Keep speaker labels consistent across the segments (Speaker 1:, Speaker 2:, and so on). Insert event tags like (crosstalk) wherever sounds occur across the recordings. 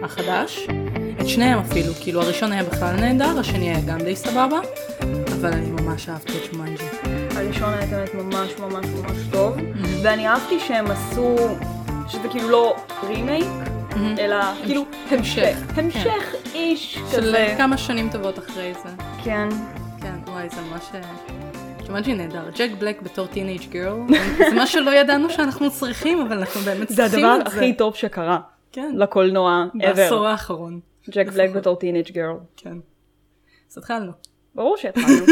Speaker 1: מחדש, את שניהם אפילו, כאילו הראשון היה בכלל נהדר, השני היה גם די סבבה, אבל אני ממש אהבתי את שומנג'י.
Speaker 2: הראשון היה באמת ממש ממש ממש טוב,
Speaker 1: Mm-hmm.
Speaker 2: ואני אהבתי שהם עשו, שזה כאילו לא רימייק, אלא כאילו
Speaker 1: Mm-hmm. המשך. כן.
Speaker 2: המשך איש
Speaker 1: של
Speaker 2: כזה.
Speaker 1: כמה שנים טובות אחרי זה.
Speaker 2: כן.
Speaker 1: כן, וואי, זה ממש... ג'ומאג'י נהדר. ג'ק בלק בתור טינג' גירל,
Speaker 2: (laughs)
Speaker 1: זה מה שלא ידענו שאנחנו צריכים, אבל אנחנו באמת
Speaker 2: זה
Speaker 1: צריכים את זה.
Speaker 2: הדבר הכי טוב שקרה
Speaker 1: כן,
Speaker 2: לקולנוע
Speaker 1: בעשור
Speaker 2: ever.
Speaker 1: האחרון.
Speaker 2: ג'ק בלק בתור טינג' גרל.
Speaker 1: כן. אז התחלנו.
Speaker 2: ברור
Speaker 1: (laughs)
Speaker 2: שהתחלנו.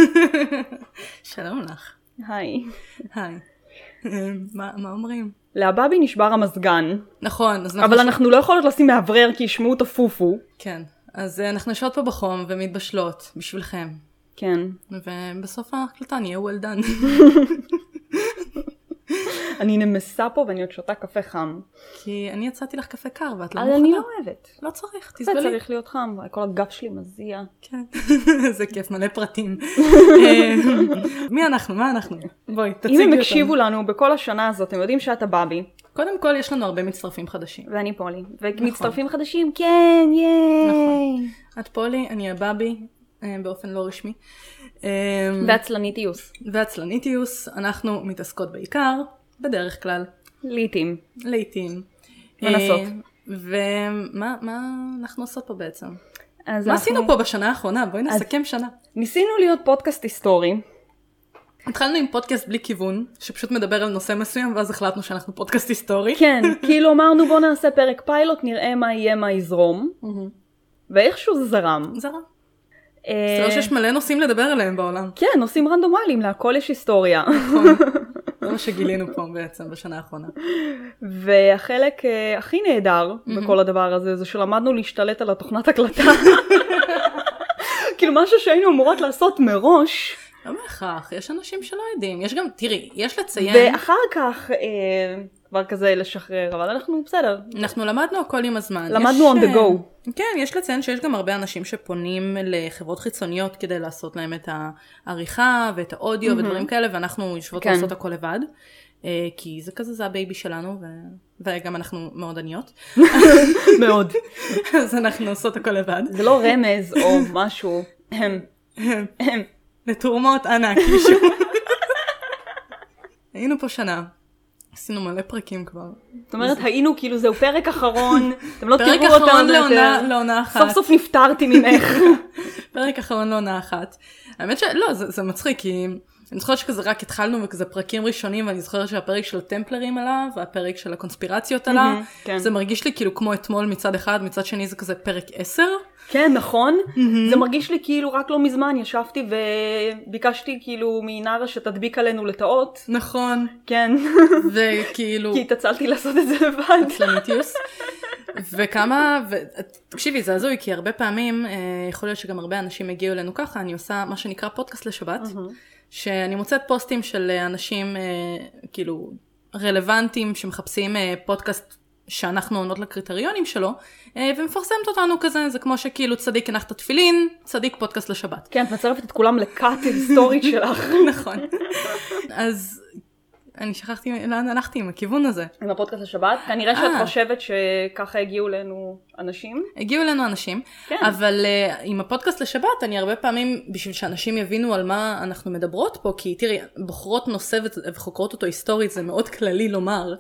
Speaker 1: שלום לך.
Speaker 2: היי.
Speaker 1: היי. אה, מה מה אומרים?
Speaker 2: לאבאבי נשבר המזגן,
Speaker 1: נכון, אז אנחנו...
Speaker 2: אבל אנחנו לא יכולות לשים מאוורר כי ישמעו את הפופו.
Speaker 1: כן. אז אה, אנחנו יושבות פה בחום ומתבשלות בשבילכם.
Speaker 2: כן.
Speaker 1: ובסוף ההקלטה נהיה well done. (laughs)
Speaker 2: אני נמסה פה ואני עוד שותה קפה חם.
Speaker 1: כי אני יצאתי לך קפה קר ואת לא
Speaker 2: אבל אני
Speaker 1: מוכנה.
Speaker 2: לא אוהבת.
Speaker 1: לא צריך,
Speaker 2: זה
Speaker 1: תסבלי.
Speaker 2: צריך להיות חם, כל הגב שלי מזיע.
Speaker 1: כן, (laughs) זה כיף, מלא
Speaker 2: (laughs)
Speaker 1: פרטים. אמ, מי אנחנו? מה אנחנו? בואי, תציגי
Speaker 2: אם
Speaker 1: אותנו.
Speaker 2: הם הקשיבו לנו בכל השנה הזאת, הם יודעים שאתה באבי,
Speaker 1: קודם כל, יש לנו הרבה מצטרפים חדשים.
Speaker 2: ואני פולי, ומצטרפים חדשים, כן,
Speaker 1: נכון.
Speaker 2: ייי!
Speaker 1: את פולי, אני הבאבי, אה, באופן לא רשמי. אה,
Speaker 2: ועצלנית איוס.
Speaker 1: והצלניטיוס, אנחנו מתעסקות בעיקר, בדרך כלל,
Speaker 2: לעיתים.
Speaker 1: לעיתים.
Speaker 2: מנסות.
Speaker 1: ומה מה אנחנו עושות פה בעצם?
Speaker 2: אז
Speaker 1: מה
Speaker 2: אנחנו-
Speaker 1: עשינו פה בשנה האחרונה? בואי נסכם שנה.
Speaker 2: ניסינו להיות פודקאסט היסטורי.
Speaker 1: התחלנו עם פודקאסט בלי כיוון, שפשוט מדבר על נושא מסוים, ואז החלטנו שאנחנו פודקאסט היסטורי.
Speaker 2: כן, (laughs) כאילו אמרנו בוא נעשה פרק פיילוט, נראה מה יהיה, מה יזרום, ואיכשהו זה זרם.
Speaker 1: זה רע.
Speaker 2: אה,
Speaker 1: זה לא שיש מלא נושאים לדבר עליהם בעולם.
Speaker 2: כן, נושאים רנדומליים, להכל יש
Speaker 1: (laughs)
Speaker 2: היסטוריה.
Speaker 1: זה מה שגילינו פה בעצם בשנה האחרונה.
Speaker 2: והחלק אה, הכי נהדר בכל הדבר הזה, זה שלמדנו להשתלט על התוכנת הקלטה. (laughs) כאילו משהו שהיינו אמורות לעשות מראש,
Speaker 1: לא בהכרח, יש אנשים שלא יודעים. יש גם, תראי, יש לציין,
Speaker 2: ואחר כך אה, כבר כזה לשחרר, אבל אנחנו בסדר.
Speaker 1: אנחנו למדנו הכל עם הזמן.
Speaker 2: למדנו
Speaker 1: יש,
Speaker 2: on the
Speaker 1: אה,
Speaker 2: go.
Speaker 1: כן, יש לציין שיש גם הרבה אנשים שפונים לחברות חיצוניות כדי לעשות להם את העריכה ואת האודיו ודברים כאלה, ואנחנו יושבות
Speaker 2: כן.
Speaker 1: לעשות הכל לבד. אה, כי זה כזה, זה הבייבי שלנו, ו- וגם אנחנו מאוד עניות.
Speaker 2: (laughs) מאוד.
Speaker 1: (laughs) אז אנחנו עושות הכל לבד.
Speaker 2: זה לא רמז
Speaker 1: (laughs)
Speaker 2: או משהו. אהם. אהם.
Speaker 1: לתרומות ענק,
Speaker 2: (laughs)
Speaker 1: מישהו. היינו פה שנה, עשינו מלא פרקים כבר.
Speaker 2: זאת אומרת, היינו כאילו זהו פרק אחרון, אתם לא
Speaker 1: פרק
Speaker 2: תראו
Speaker 1: אחרון
Speaker 2: אותנו יותר.
Speaker 1: לעונה, לעונה אחת.
Speaker 2: סוף סוף נפטרתי
Speaker 1: (laughs)
Speaker 2: ממך.
Speaker 1: פרק אחרון לעונה אחת. האמת שלא, זה, זה מצחיק, כי אני זוכרת שכזה רק התחלנו וכזה פרקים ראשונים, ואני זוכרת שהפרק של הטמפלרים עלה, והפרק של הקונספירציות עלה.
Speaker 2: מהמם, כן.
Speaker 1: זה מרגיש לי כאילו כמו אתמול מצד אחד, מצד שני זה כזה פרק 10.
Speaker 2: כן, נכון? זה מרגיש לי כאילו רק לא מזמן ישבתי וביקשתי כאילו מנארה שתדביק עלינו לטאות. (laughs)
Speaker 1: נכון.
Speaker 2: כן,
Speaker 1: וכאילו...
Speaker 2: כי התעצלתי לעשות את זה לבד.
Speaker 1: פלניטיוס. וכמה, ו... תקשיבי זה הזוי כי הרבה פעמים אה, יכול להיות שגם הרבה אנשים הגיעו אלינו ככה, אני עושה מה שנקרא פודקאסט לשבת, שאני מוצאת פוסטים של אה, אנשים אה, כאילו רלוונטיים שמחפשים אה, פודקאסט שאנחנו עונות לקריטריונים שלו, אה, ומפרסמת אותנו כזה, זה כמו שכאילו צדיק הנחת תפילין, צדיק פודקאסט לשבת. (laughs)
Speaker 2: כן, את מצרפת את כולם לכת (laughs) היסטורית שלך.
Speaker 1: נכון. אז אני שכחתי לאן הלכתי עם הכיוון הזה.
Speaker 2: עם הפודקאסט השבת, כנראה
Speaker 1: אה.
Speaker 2: שאת חושבת שככה הגיעו אלינו אנשים.
Speaker 1: הגיעו אלינו אנשים,
Speaker 2: כן.
Speaker 1: כן. אבל uh, עם הפודקאסט לשבת אני הרבה פעמים, בשביל שאנשים יבינו על מה אנחנו מדברות פה, כי תראי, בוחרות נושא ו- וחוקרות אותו היסטורית זה מאוד כללי לומר,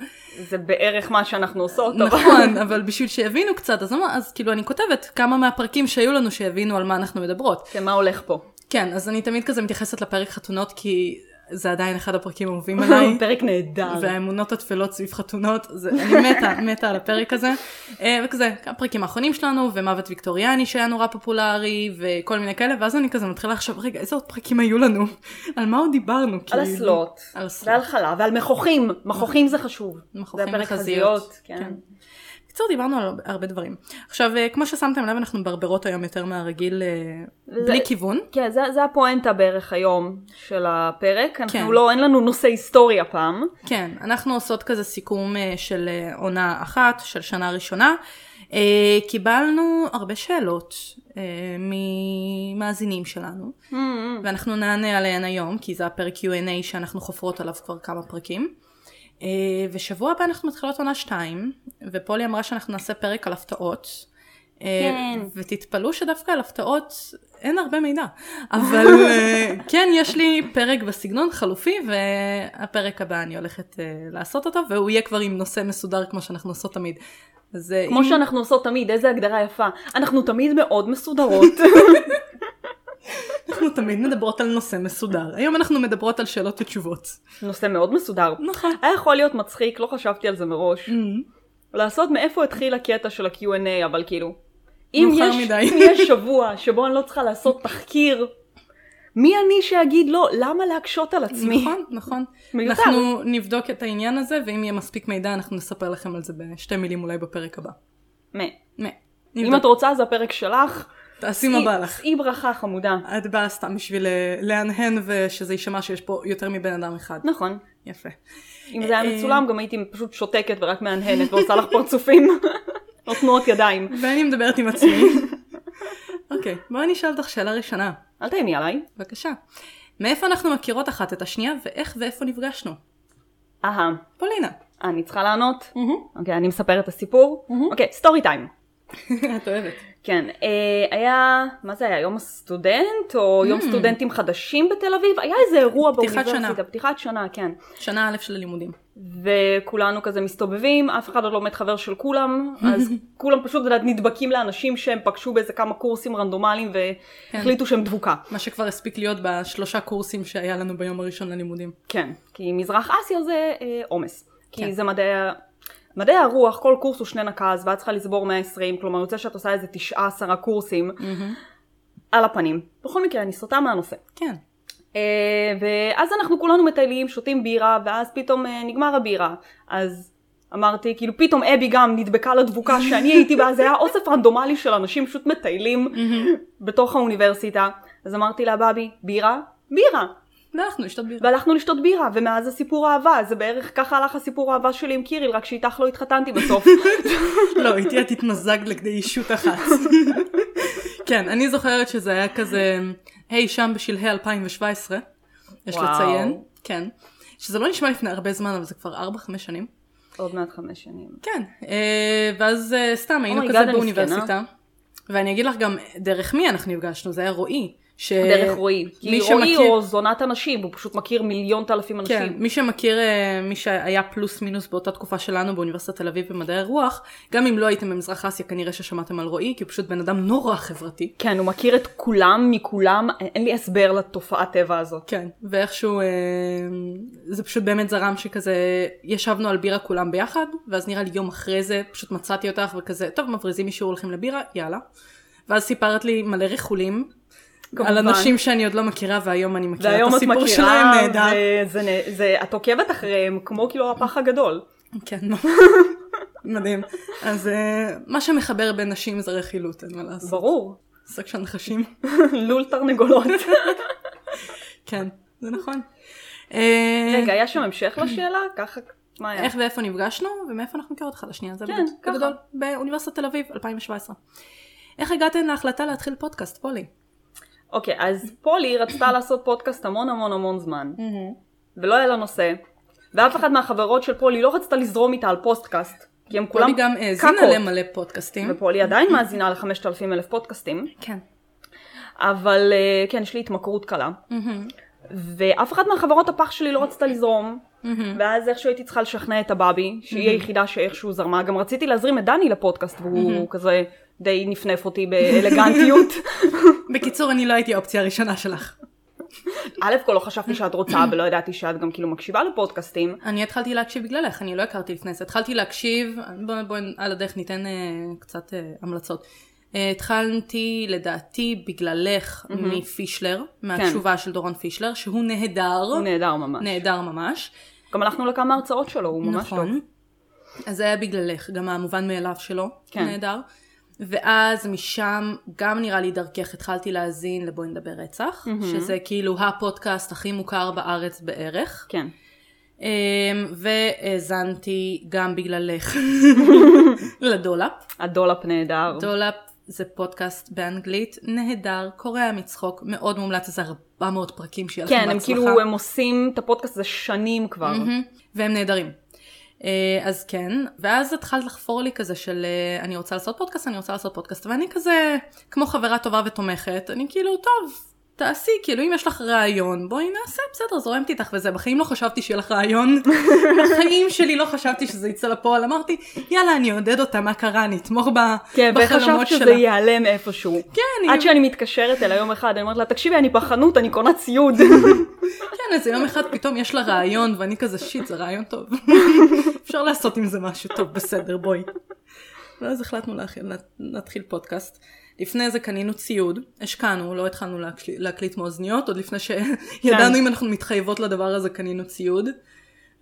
Speaker 2: זה בערך מה שאנחנו עושות, אבל...
Speaker 1: נכון, אבל בשביל שיבינו קצת, אז, אמר- אז כאילו אני כותבת כמה מהפרקים שהיו לנו שיבינו על מה אנחנו מדברות.
Speaker 2: כן, מה הולך (laughs) פה?
Speaker 1: כן, אז אני תמיד כזה מתייחסת לפרק חתונות, כי זה עדיין אחד הפרקים האהובים עליי.
Speaker 2: פרק נהדר.
Speaker 1: והאמונות הטפלות סביב חתונות, זה, אני
Speaker 2: (laughs)
Speaker 1: מתה, מתה על הפרק הזה. אה, וכזה, הפרקים האחרונים שלנו, ומוות ויקטוריאני שהיה נורא פופולרי, וכל מיני כאלה, ואז אני כזה מתחילה לחשוב, רגע, איזה עוד פרקים היו לנו? (laughs) על מה עוד דיברנו?
Speaker 2: על
Speaker 1: כאילו?"
Speaker 2: אסלות,
Speaker 1: על אסלות.
Speaker 2: ועל חלב, ועל מכוחים, מכוחים זה חשוב.
Speaker 1: מכוחים
Speaker 2: זה הפרק
Speaker 1: וחזיות,
Speaker 2: חזיות, כן.
Speaker 1: כן. בקיצור, דיברנו על הרבה דברים. עכשיו, אה, כמו ששמתם לב, אנחנו מברברות היום יותר מהרגיל, אה,
Speaker 2: וזה-
Speaker 1: בלי כיוון.
Speaker 2: כן, זה, זה הפואנטה בערך היום של הפרק. אנחנו
Speaker 1: כן.
Speaker 2: לא, אין לנו נושא היסטורי הפעם.
Speaker 1: כן, אנחנו עושות כזה סיכום אה, של אה, עונה אחת, של שנה ראשונה. אה, קיבלנו הרבה שאלות אה, ממאזינים שלנו,
Speaker 2: Hmm,
Speaker 1: ואנחנו נענה עליהן היום, כי זה הפרק Q&A שאנחנו חופרות עליו כבר כמה פרקים. אה, ושבוע הבא אנחנו מתחילות עונה 2, ופולי אמרה שאנחנו נעשה פרק על הפתעות. אה, אה,
Speaker 2: כן.
Speaker 1: ותתפלאו שדווקא על הפתעות אין הרבה
Speaker 2: (laughs)
Speaker 1: מידע. אבל אה, כן, יש לי פרק בסגנון חלופי, והפרק הבא אני הולכת אה, לעשות אותו, והוא יהיה כבר עם נושא מסודר כמו שאנחנו עושות תמיד. אז אה,
Speaker 2: כמו
Speaker 1: אם-
Speaker 2: שאנחנו עושות תמיד, איזה הגדרה יפה. אנחנו תמיד מאוד (laughs) מסודרות.
Speaker 1: אנחנו תמיד מדברות על נושא מסודר. היום אנחנו מדברות על שאלות ותשובות.
Speaker 2: נושא מאוד מסודר.
Speaker 1: נכון.
Speaker 2: היה יכול להיות מצחיק, לא חשבתי על זה מראש. לעשות מאיפה התחיל הקטע של ה-Q&A, אבל כאילו... אם
Speaker 1: מאוחר
Speaker 2: יש,
Speaker 1: מדי.
Speaker 2: אם יש שבוע שבו אני לא צריכה לעשות תחקיר, מי אני שאגיד לא, למה להקשות על עצמי?
Speaker 1: נכון, נכון.
Speaker 2: מיותר.
Speaker 1: אנחנו נבדוק את העניין הזה, ואם יהיה מספיק מידע אנחנו נספר לכם על זה בשתי מילים אולי בפרק הבא.
Speaker 2: מה.
Speaker 1: נה,
Speaker 2: אם
Speaker 1: נבדוק.
Speaker 2: את רוצה, זה הפרק שלך.
Speaker 1: תעשי מה בא לך.
Speaker 2: שאי ברכה חמודה.
Speaker 1: את באה סתם בשביל אה, להנהן ושזה יישמע שיש פה יותר מבן אדם אחד.
Speaker 2: נכון.
Speaker 1: יפה.
Speaker 2: אם זה
Speaker 1: אה,
Speaker 2: היה מצולם, גם הייתי פשוט שותקת
Speaker 1: (laughs)
Speaker 2: ורק מהנהנת ועושה לך פרצופים. (laughs) או תנועות ידיים.
Speaker 1: ואני מדברת עם עצמי. אוקיי, בואי אני אשאל אותך שאלה ראשונה.
Speaker 2: אל תאיימי עליי.
Speaker 1: בבקשה. מאיפה אנחנו מכירות אחת את השנייה, ואיך ואיפה נפגשנו?
Speaker 2: אהה.
Speaker 1: פולינה.
Speaker 2: אני צריכה לענות? (laughs) אוקיי, אני מספרת את הסיפור. אוקיי, סטורי טיים.
Speaker 1: את אוהבת.
Speaker 2: כן, אה, היה, מה זה היה, יום הסטודנט, או יום סטודנטים חדשים בתל אביב? היה איזה אירוע
Speaker 1: Hmm. פתיחת
Speaker 2: באוניברסיטה,
Speaker 1: שנה.
Speaker 2: פתיחת שנה, כן.
Speaker 1: שנה א' של הלימודים.
Speaker 2: וכולנו כזה מסתובבים, אף אחד עוד לא באמת חבר של
Speaker 1: (laughs)
Speaker 2: כולם, אז כולם פשוט את יודעת, נדבקים לאנשים שהם פגשו באיזה כמה קורסים רנדומליים
Speaker 1: כן.
Speaker 2: והחליטו שהם דבוקה.
Speaker 1: מה שכבר הספיק להיות בשלושה קורסים שהיה לנו ביום הראשון ללימודים.
Speaker 2: כן, כי מזרח אסיה זה אה, עומס. כי
Speaker 1: כן.
Speaker 2: זה מדעי, ה- מדעי הרוח, כל קורס הוא שני נקז, ואת צריכה לסבור 120, כלומר יוצא שאת עושה איזה 19 קורסים על הפנים. בכל מקרה, אני סוטה מהנושא.
Speaker 1: כן.
Speaker 2: אה, ואז אנחנו כולנו מטיילים, שותים בירה, ואז פתאום אה, נגמר הבירה. אז אמרתי, כאילו פתאום אבי גם נדבקה לדבוקה שאני הייתי בה, זה היה אוסף רנדומלי של אנשים פשוט מטיילים בתוך האוניברסיטה. אז אמרתי לה, בבי, בירה? בירה.
Speaker 1: והלכנו לשתות בירה.
Speaker 2: והלכנו לשתות בירה, ומאז הסיפור אהבה, זה בערך ככה הלך הסיפור האהבה שלי עם קיריל, רק שאיתך לא
Speaker 1: (laughs)
Speaker 2: התחתנתי בסוף.
Speaker 1: (laughs) לא, איתי את התמזגת לכדי אישות אחת. (laughs) כן, אני זוכרת שזה היה כזה אי שם בשלהי 2017, יש
Speaker 2: וואו.
Speaker 1: לציין, כן. שזה לא נשמע לפני הרבה זמן, אבל זה כבר 4-5 שנים.
Speaker 2: עוד מעט חמש שנים.
Speaker 1: כן, אה, ואז אה, סתם היינו
Speaker 2: Oh my God,
Speaker 1: כזה
Speaker 2: אני
Speaker 1: באוניברסיטה. ואני אגיד לך גם דרך מי אנחנו נפגשנו, זה היה רועי. ש-
Speaker 2: דרך רועי.
Speaker 1: אה, מי
Speaker 2: כי רועי
Speaker 1: שמכיר-
Speaker 2: הוא זונת אנשים, הוא פשוט מכיר מיליון אלפים
Speaker 1: כן,
Speaker 2: אנשים.
Speaker 1: מי שמכיר, אה, מי שהיה פלוס מינוס באותה תקופה שלנו באוניברסיטת תל אביב במדעי הרוח, גם אם לא הייתם במזרח אסיה כנראה ששמעתם על רועי, כי הוא פשוט בן אדם נורא חברתי.
Speaker 2: כן, הוא מכיר את כולם מכולם, אין לי הסבר לתופעת טבע הזאת.
Speaker 1: כן, ואיכשהו אה, זה פשוט באמת זרם שכזה ישבנו על בירה כולם ביחד, ואז נראה לי יום אחרי זה פשוט מצאתי אותך וכזה, טוב מבריזים מישהו הולכים לבירה, יאללה. ואז סיפרת לי מלא ריחולים,
Speaker 2: כמובן.
Speaker 1: על אנשים שאני עוד לא מכירה והיום אני מכירה
Speaker 2: והיום
Speaker 1: את
Speaker 2: את
Speaker 1: הסיפור
Speaker 2: מכירה,
Speaker 1: שלהם נהדר.
Speaker 2: וזה נה- זה- את עוקבת אחריהם כמו כאילו הפח הגדול.
Speaker 1: כן, ממש. מדהים. אז אה, מה שמחבר בין נשים זה רכילות, אין מה לעשות.
Speaker 2: ברור. (laughs)
Speaker 1: שק של נחשים.
Speaker 2: לול
Speaker 1: (laughs)
Speaker 2: תרנגולות.
Speaker 1: כן, זה נכון. אה,
Speaker 2: רגע, היה שם המשך לשאלה? ככה, מה היה?
Speaker 1: איך ואיפה נפגשנו, ומאיפה אנחנו מכירות אחד לשנייה, זה
Speaker 2: כן,
Speaker 1: בגדול-
Speaker 2: ככה.
Speaker 1: בגדול, באוניברסיטת תל אביב, 2017. איך הגעתן להחלטה להתחיל פודקאסט, פולי?
Speaker 2: אוקיי, אז פולי רצתה לעשות פודקאסט המון המון המון זמן, ולא היה לה נושא, ואף אחת מהחברות של פולי לא רצתה לזרום איתה על פוסטקאסט, כי הם כולם
Speaker 1: פולי גם האזינה
Speaker 2: קקות.
Speaker 1: למלא פודקאסטים.
Speaker 2: ופולי עדיין מאזינה לחמשת אלפים אלף פודקאסטים,
Speaker 1: כן.
Speaker 2: אבל אה, כן, יש לי התמכרות קלה. ואף אחת מהחברות הפח שלי לא רצתה לזרום, ואז איכשהו הייתי צריכה לשכנע את הבאבי, שהיא היחידה שאיכשהו זרמה. גם רציתי להזרים את דני לפודקאסט, והוא כזה די נפנף אותי
Speaker 1: (laughs)
Speaker 2: באלגנטיות.
Speaker 1: בקיצור, אני לא הייתי האופציה הראשונה שלך.
Speaker 2: א' כל לא חשבתי שאת רוצה, ולא ידעתי שאת גם כאילו מקשיבה לפודקאסטים.
Speaker 1: אני התחלתי להקשיב בגללך, אני לא הכרתי לפני זה. התחלתי להקשיב, בואי בוא, על הדרך ניתן אה, קצת אה, המלצות. אה, התחלתי לדעתי בגללך מפישלר, מהתשובה של דורון פישלר, שהוא נהדר,
Speaker 2: הוא נהדר ממש.
Speaker 1: נהדר ממש.
Speaker 2: גם הלכנו לכמה הרצאות שלו, הוא ממש טוב.
Speaker 1: נכון. אז זה היה בגללך, גם המובן מאליו שלו,
Speaker 2: כן.
Speaker 1: כן. נהדר. ואז משם, גם נראה לי דרכך, התחלתי להאזין לבואי נדבר רצח, שזה כאילו הפודקאסט הכי מוכר בארץ בערך.
Speaker 2: כן.
Speaker 1: אמ, והאזנתי גם בגללך לדולאפ.
Speaker 2: הדולאפ נהדר.
Speaker 1: דולאפ זה פודקאסט באנגלית נהדר, קורע מצחוק, מאוד מומלץ, איזה 400 פרקים שיהיה לכם
Speaker 2: כן,
Speaker 1: בהצלחה.
Speaker 2: הם כאילו, הם עושים את הפודקאסט הזה שנים כבר.
Speaker 1: מהמם. והם Mm-hmm. נהדרים. אמ, אה, אז כן, ואז התחלת לחפור לי כזה של אה, אני רוצה לעשות פודקאסט, אני רוצה לעשות פודקאסט, ואני כזה, כמו חברה טובה ותומכת, אני כאילו, טוב, תעשי, כאילו אם יש לך רעיון, בואי נעשה, בסדר, זורמת איתך וזה. בחיים לא חשבתי שיהיה לך
Speaker 2: (laughs)
Speaker 1: רעיון, בחיים שלי לא חשבתי שזה יצא לפועל, אמרתי, יאללה, אני אעודד אותה, מה קרה, אני אתמוך בה,
Speaker 2: כן, וחשבת
Speaker 1: בחלומות
Speaker 2: שזה
Speaker 1: שלה.
Speaker 2: ייעלם איפשהו.
Speaker 1: כן,
Speaker 2: עד שאני מתקשרת אליה יום אחד, אני אומרת לה, תקשיבי, אני בחנות, אני קונה ציוד.
Speaker 1: כן, איזה יום אחד פתאום יש לה רעיון, ואני כזה, שיט, זה רעיון טוב. אפשר לעשות עם זה משהו טוב, בסדר, בואי. ואז החלטנו להכ... נת- נתחיל פודקאסט. לפני זה קנינו ציוד, השקענו, לא התחלנו להקליט, להקליט מאוזניות, עוד לפני שידענו אם אנחנו מתחייבות לדבר הזה, קנינו ציוד.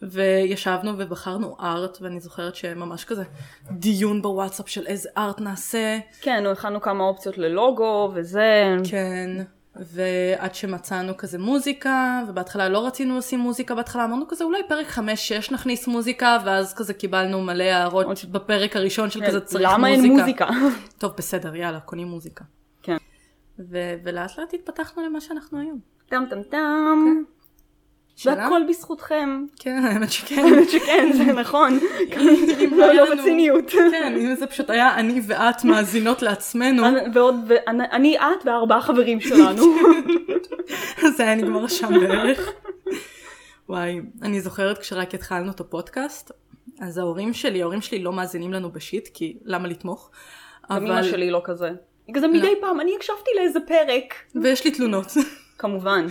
Speaker 1: וישבנו ובחרנו ארט, ואני זוכרת שממש כזה דיון בוואטסאפ של איזה ארט נעשה.
Speaker 2: כן, נו, הכנו כמה אופציות ללוגו וזה.
Speaker 1: כן, ועד שמצאנו כזה מוזיקה, ובהתחלה לא רצינו לשים מוזיקה, בהתחלה אמרנו כזה אולי פרק 5-6 נכניס מוזיקה, ואז כזה קיבלנו מלא הערות בפרק הראשון של כזה כן, צריך
Speaker 2: כן, למה אין מוזיקה?
Speaker 1: (laughs) טוב, בסדר, יאללה, קונים מוזיקה.
Speaker 2: כן.
Speaker 1: ו- ולאט לאט התפתחנו למה שאנחנו היום.
Speaker 2: טם טם טם.
Speaker 1: שאלה?
Speaker 2: והכל בזכותכם.
Speaker 1: כן, (laughs) האמת שכן.
Speaker 2: האמת (laughs) שכן, זה נכון.
Speaker 1: אם
Speaker 2: (laughs) לא,
Speaker 1: היה
Speaker 2: לא
Speaker 1: לנו-
Speaker 2: בציניות.
Speaker 1: כן, אם זה פשוט היה אני ואת מאזינות לעצמנו,
Speaker 2: (laughs) ועוד, ואני- אני, את וארבעה חברים שלנו.
Speaker 1: (laughs) זה היה נגמר שם בערך. וואי, אני זוכרת כשרק התחלנו את הפודקאסט, אז ההורים שלי, ההורים שלי לא מאזינים לנו בשיט, כי למה לתמוך?
Speaker 2: גם (laughs) אמא
Speaker 1: אבל...
Speaker 2: שלי לא כזה. היא כזה מדי פעם, אני הקשבתי לאיזה פרק.
Speaker 1: ויש לי תלונות.
Speaker 2: כמובן.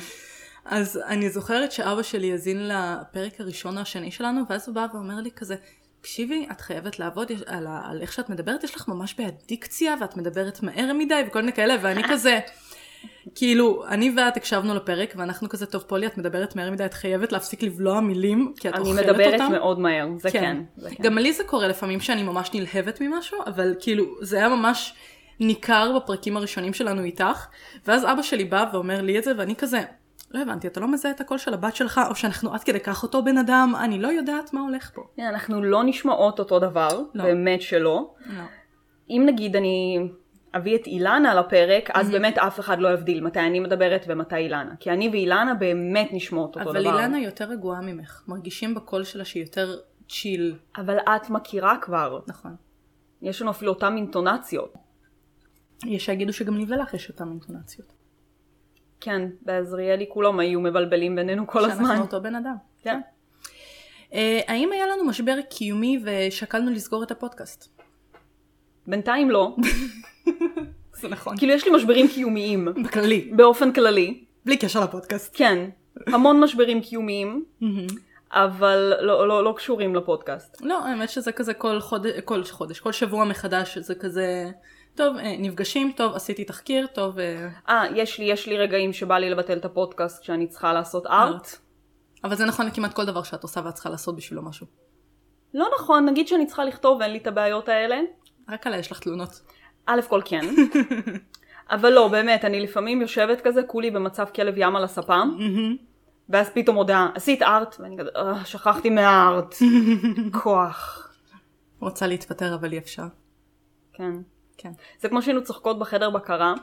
Speaker 1: אז אני זוכרת שאבא שלי האזין לפרק הראשון או השני שלנו, ואז הוא בא ואומר לי כזה, תקשיבי, את חייבת לעבוד יש- על, ה... על איך שאת מדברת, יש לך ממש בעיה דיקציה, ואת מדברת מהר מדי, וכל מיני כאלה, ואני כזה... כאילו, אני ואת הקשבנו לפרק, ואנחנו כזה, טוב, פולי, את מדברת מהר מדי, את חייבת להפסיק לבלוע מילים, כי את
Speaker 2: אני
Speaker 1: אוכלת אותם.
Speaker 2: מדברת מאוד מהר, זה כן. זה כן.
Speaker 1: גם לי זה קורה לפעמים שאני ממש נלהבת ממשהו, אבל כאילו, זה היה ממש ניכר בפרקים הראשונים שלנו איתך, ואז אבא שלי בא ואומר לי את זה, ואני כזה, לא הבנתי, אתה לא מזהה את הקול של הבת שלך, או שאנחנו עד כדי כך אותו בן אדם, אני לא יודעת מה הולך פה.
Speaker 2: כן, אנחנו לא נשמעות אותו דבר,
Speaker 1: לא.
Speaker 2: באמת שלא. אם נגיד אני אביא את אילנה לפרק,
Speaker 1: Mm-hmm.
Speaker 2: אז באמת אף אחד לא יבדיל מתי אני מדברת ומתי אילנה. כי אני ואילנה באמת נשמעות אותו
Speaker 1: אבל
Speaker 2: דבר.
Speaker 1: אילנה יותר רגועה ממך, מרגישים בקול שלה שהיא יותר צ'יל,
Speaker 2: אבל את מכירה כבר.
Speaker 1: נכון.
Speaker 2: יש לנו אפילו אותן אינטונציות.
Speaker 1: יש שיגידו שגם לי ולך יש אותן אינטונציות.
Speaker 2: כן, בעזריאלי כולם היו מבלבלים בינינו כל הזמן.
Speaker 1: שאנחנו אותו בן אדם.
Speaker 2: כן.
Speaker 1: אה, האם היה לנו משבר קיומי ושקלנו לסגור את הפודקאסט?
Speaker 2: בינתיים לא. (laughs)
Speaker 1: זה נכון.
Speaker 2: כאילו יש לי משברים קיומיים,
Speaker 1: בכללי,
Speaker 2: באופן כללי.
Speaker 1: בלי קשר לפודקאסט.
Speaker 2: כן, המון משברים קיומיים,
Speaker 1: Mm-hmm.
Speaker 2: אבל לא, לא, לא קשורים לפודקאסט.
Speaker 1: לא, האמת שזה כזה כל חודש, כל חודש, כל שבוע מחדש, זה כזה, טוב, אה, נפגשים, טוב, עשיתי תחקיר, טוב, אה,
Speaker 2: אה, יש לי, יש לי רגעים שבא לי לבטל את הפודקאסט כשאני צריכה לעשות ארט.
Speaker 1: אבל זה נכון לכמעט כל דבר שאת עושה ואת צריכה לעשות בשבילו משהו.
Speaker 2: לא נכון, נגיד שאני צריכה לכתוב ואין לי את הבעיות האלה.
Speaker 1: רק עליי יש לך תלונות.
Speaker 2: א' כל כן. אבל לא, באמת, אני לפעמים יושבת כזה, כולי במצב כלב ים על הספה, ואז פתאום הודעה, עשית ארט? ואני כזה, "אה, שכחתי מהארט. כוח.
Speaker 1: רוצה להתפטר אבל אי אפשר.
Speaker 2: כן.
Speaker 1: כן.
Speaker 2: זה כמו שהיינו צוחקות בחדר בקרה,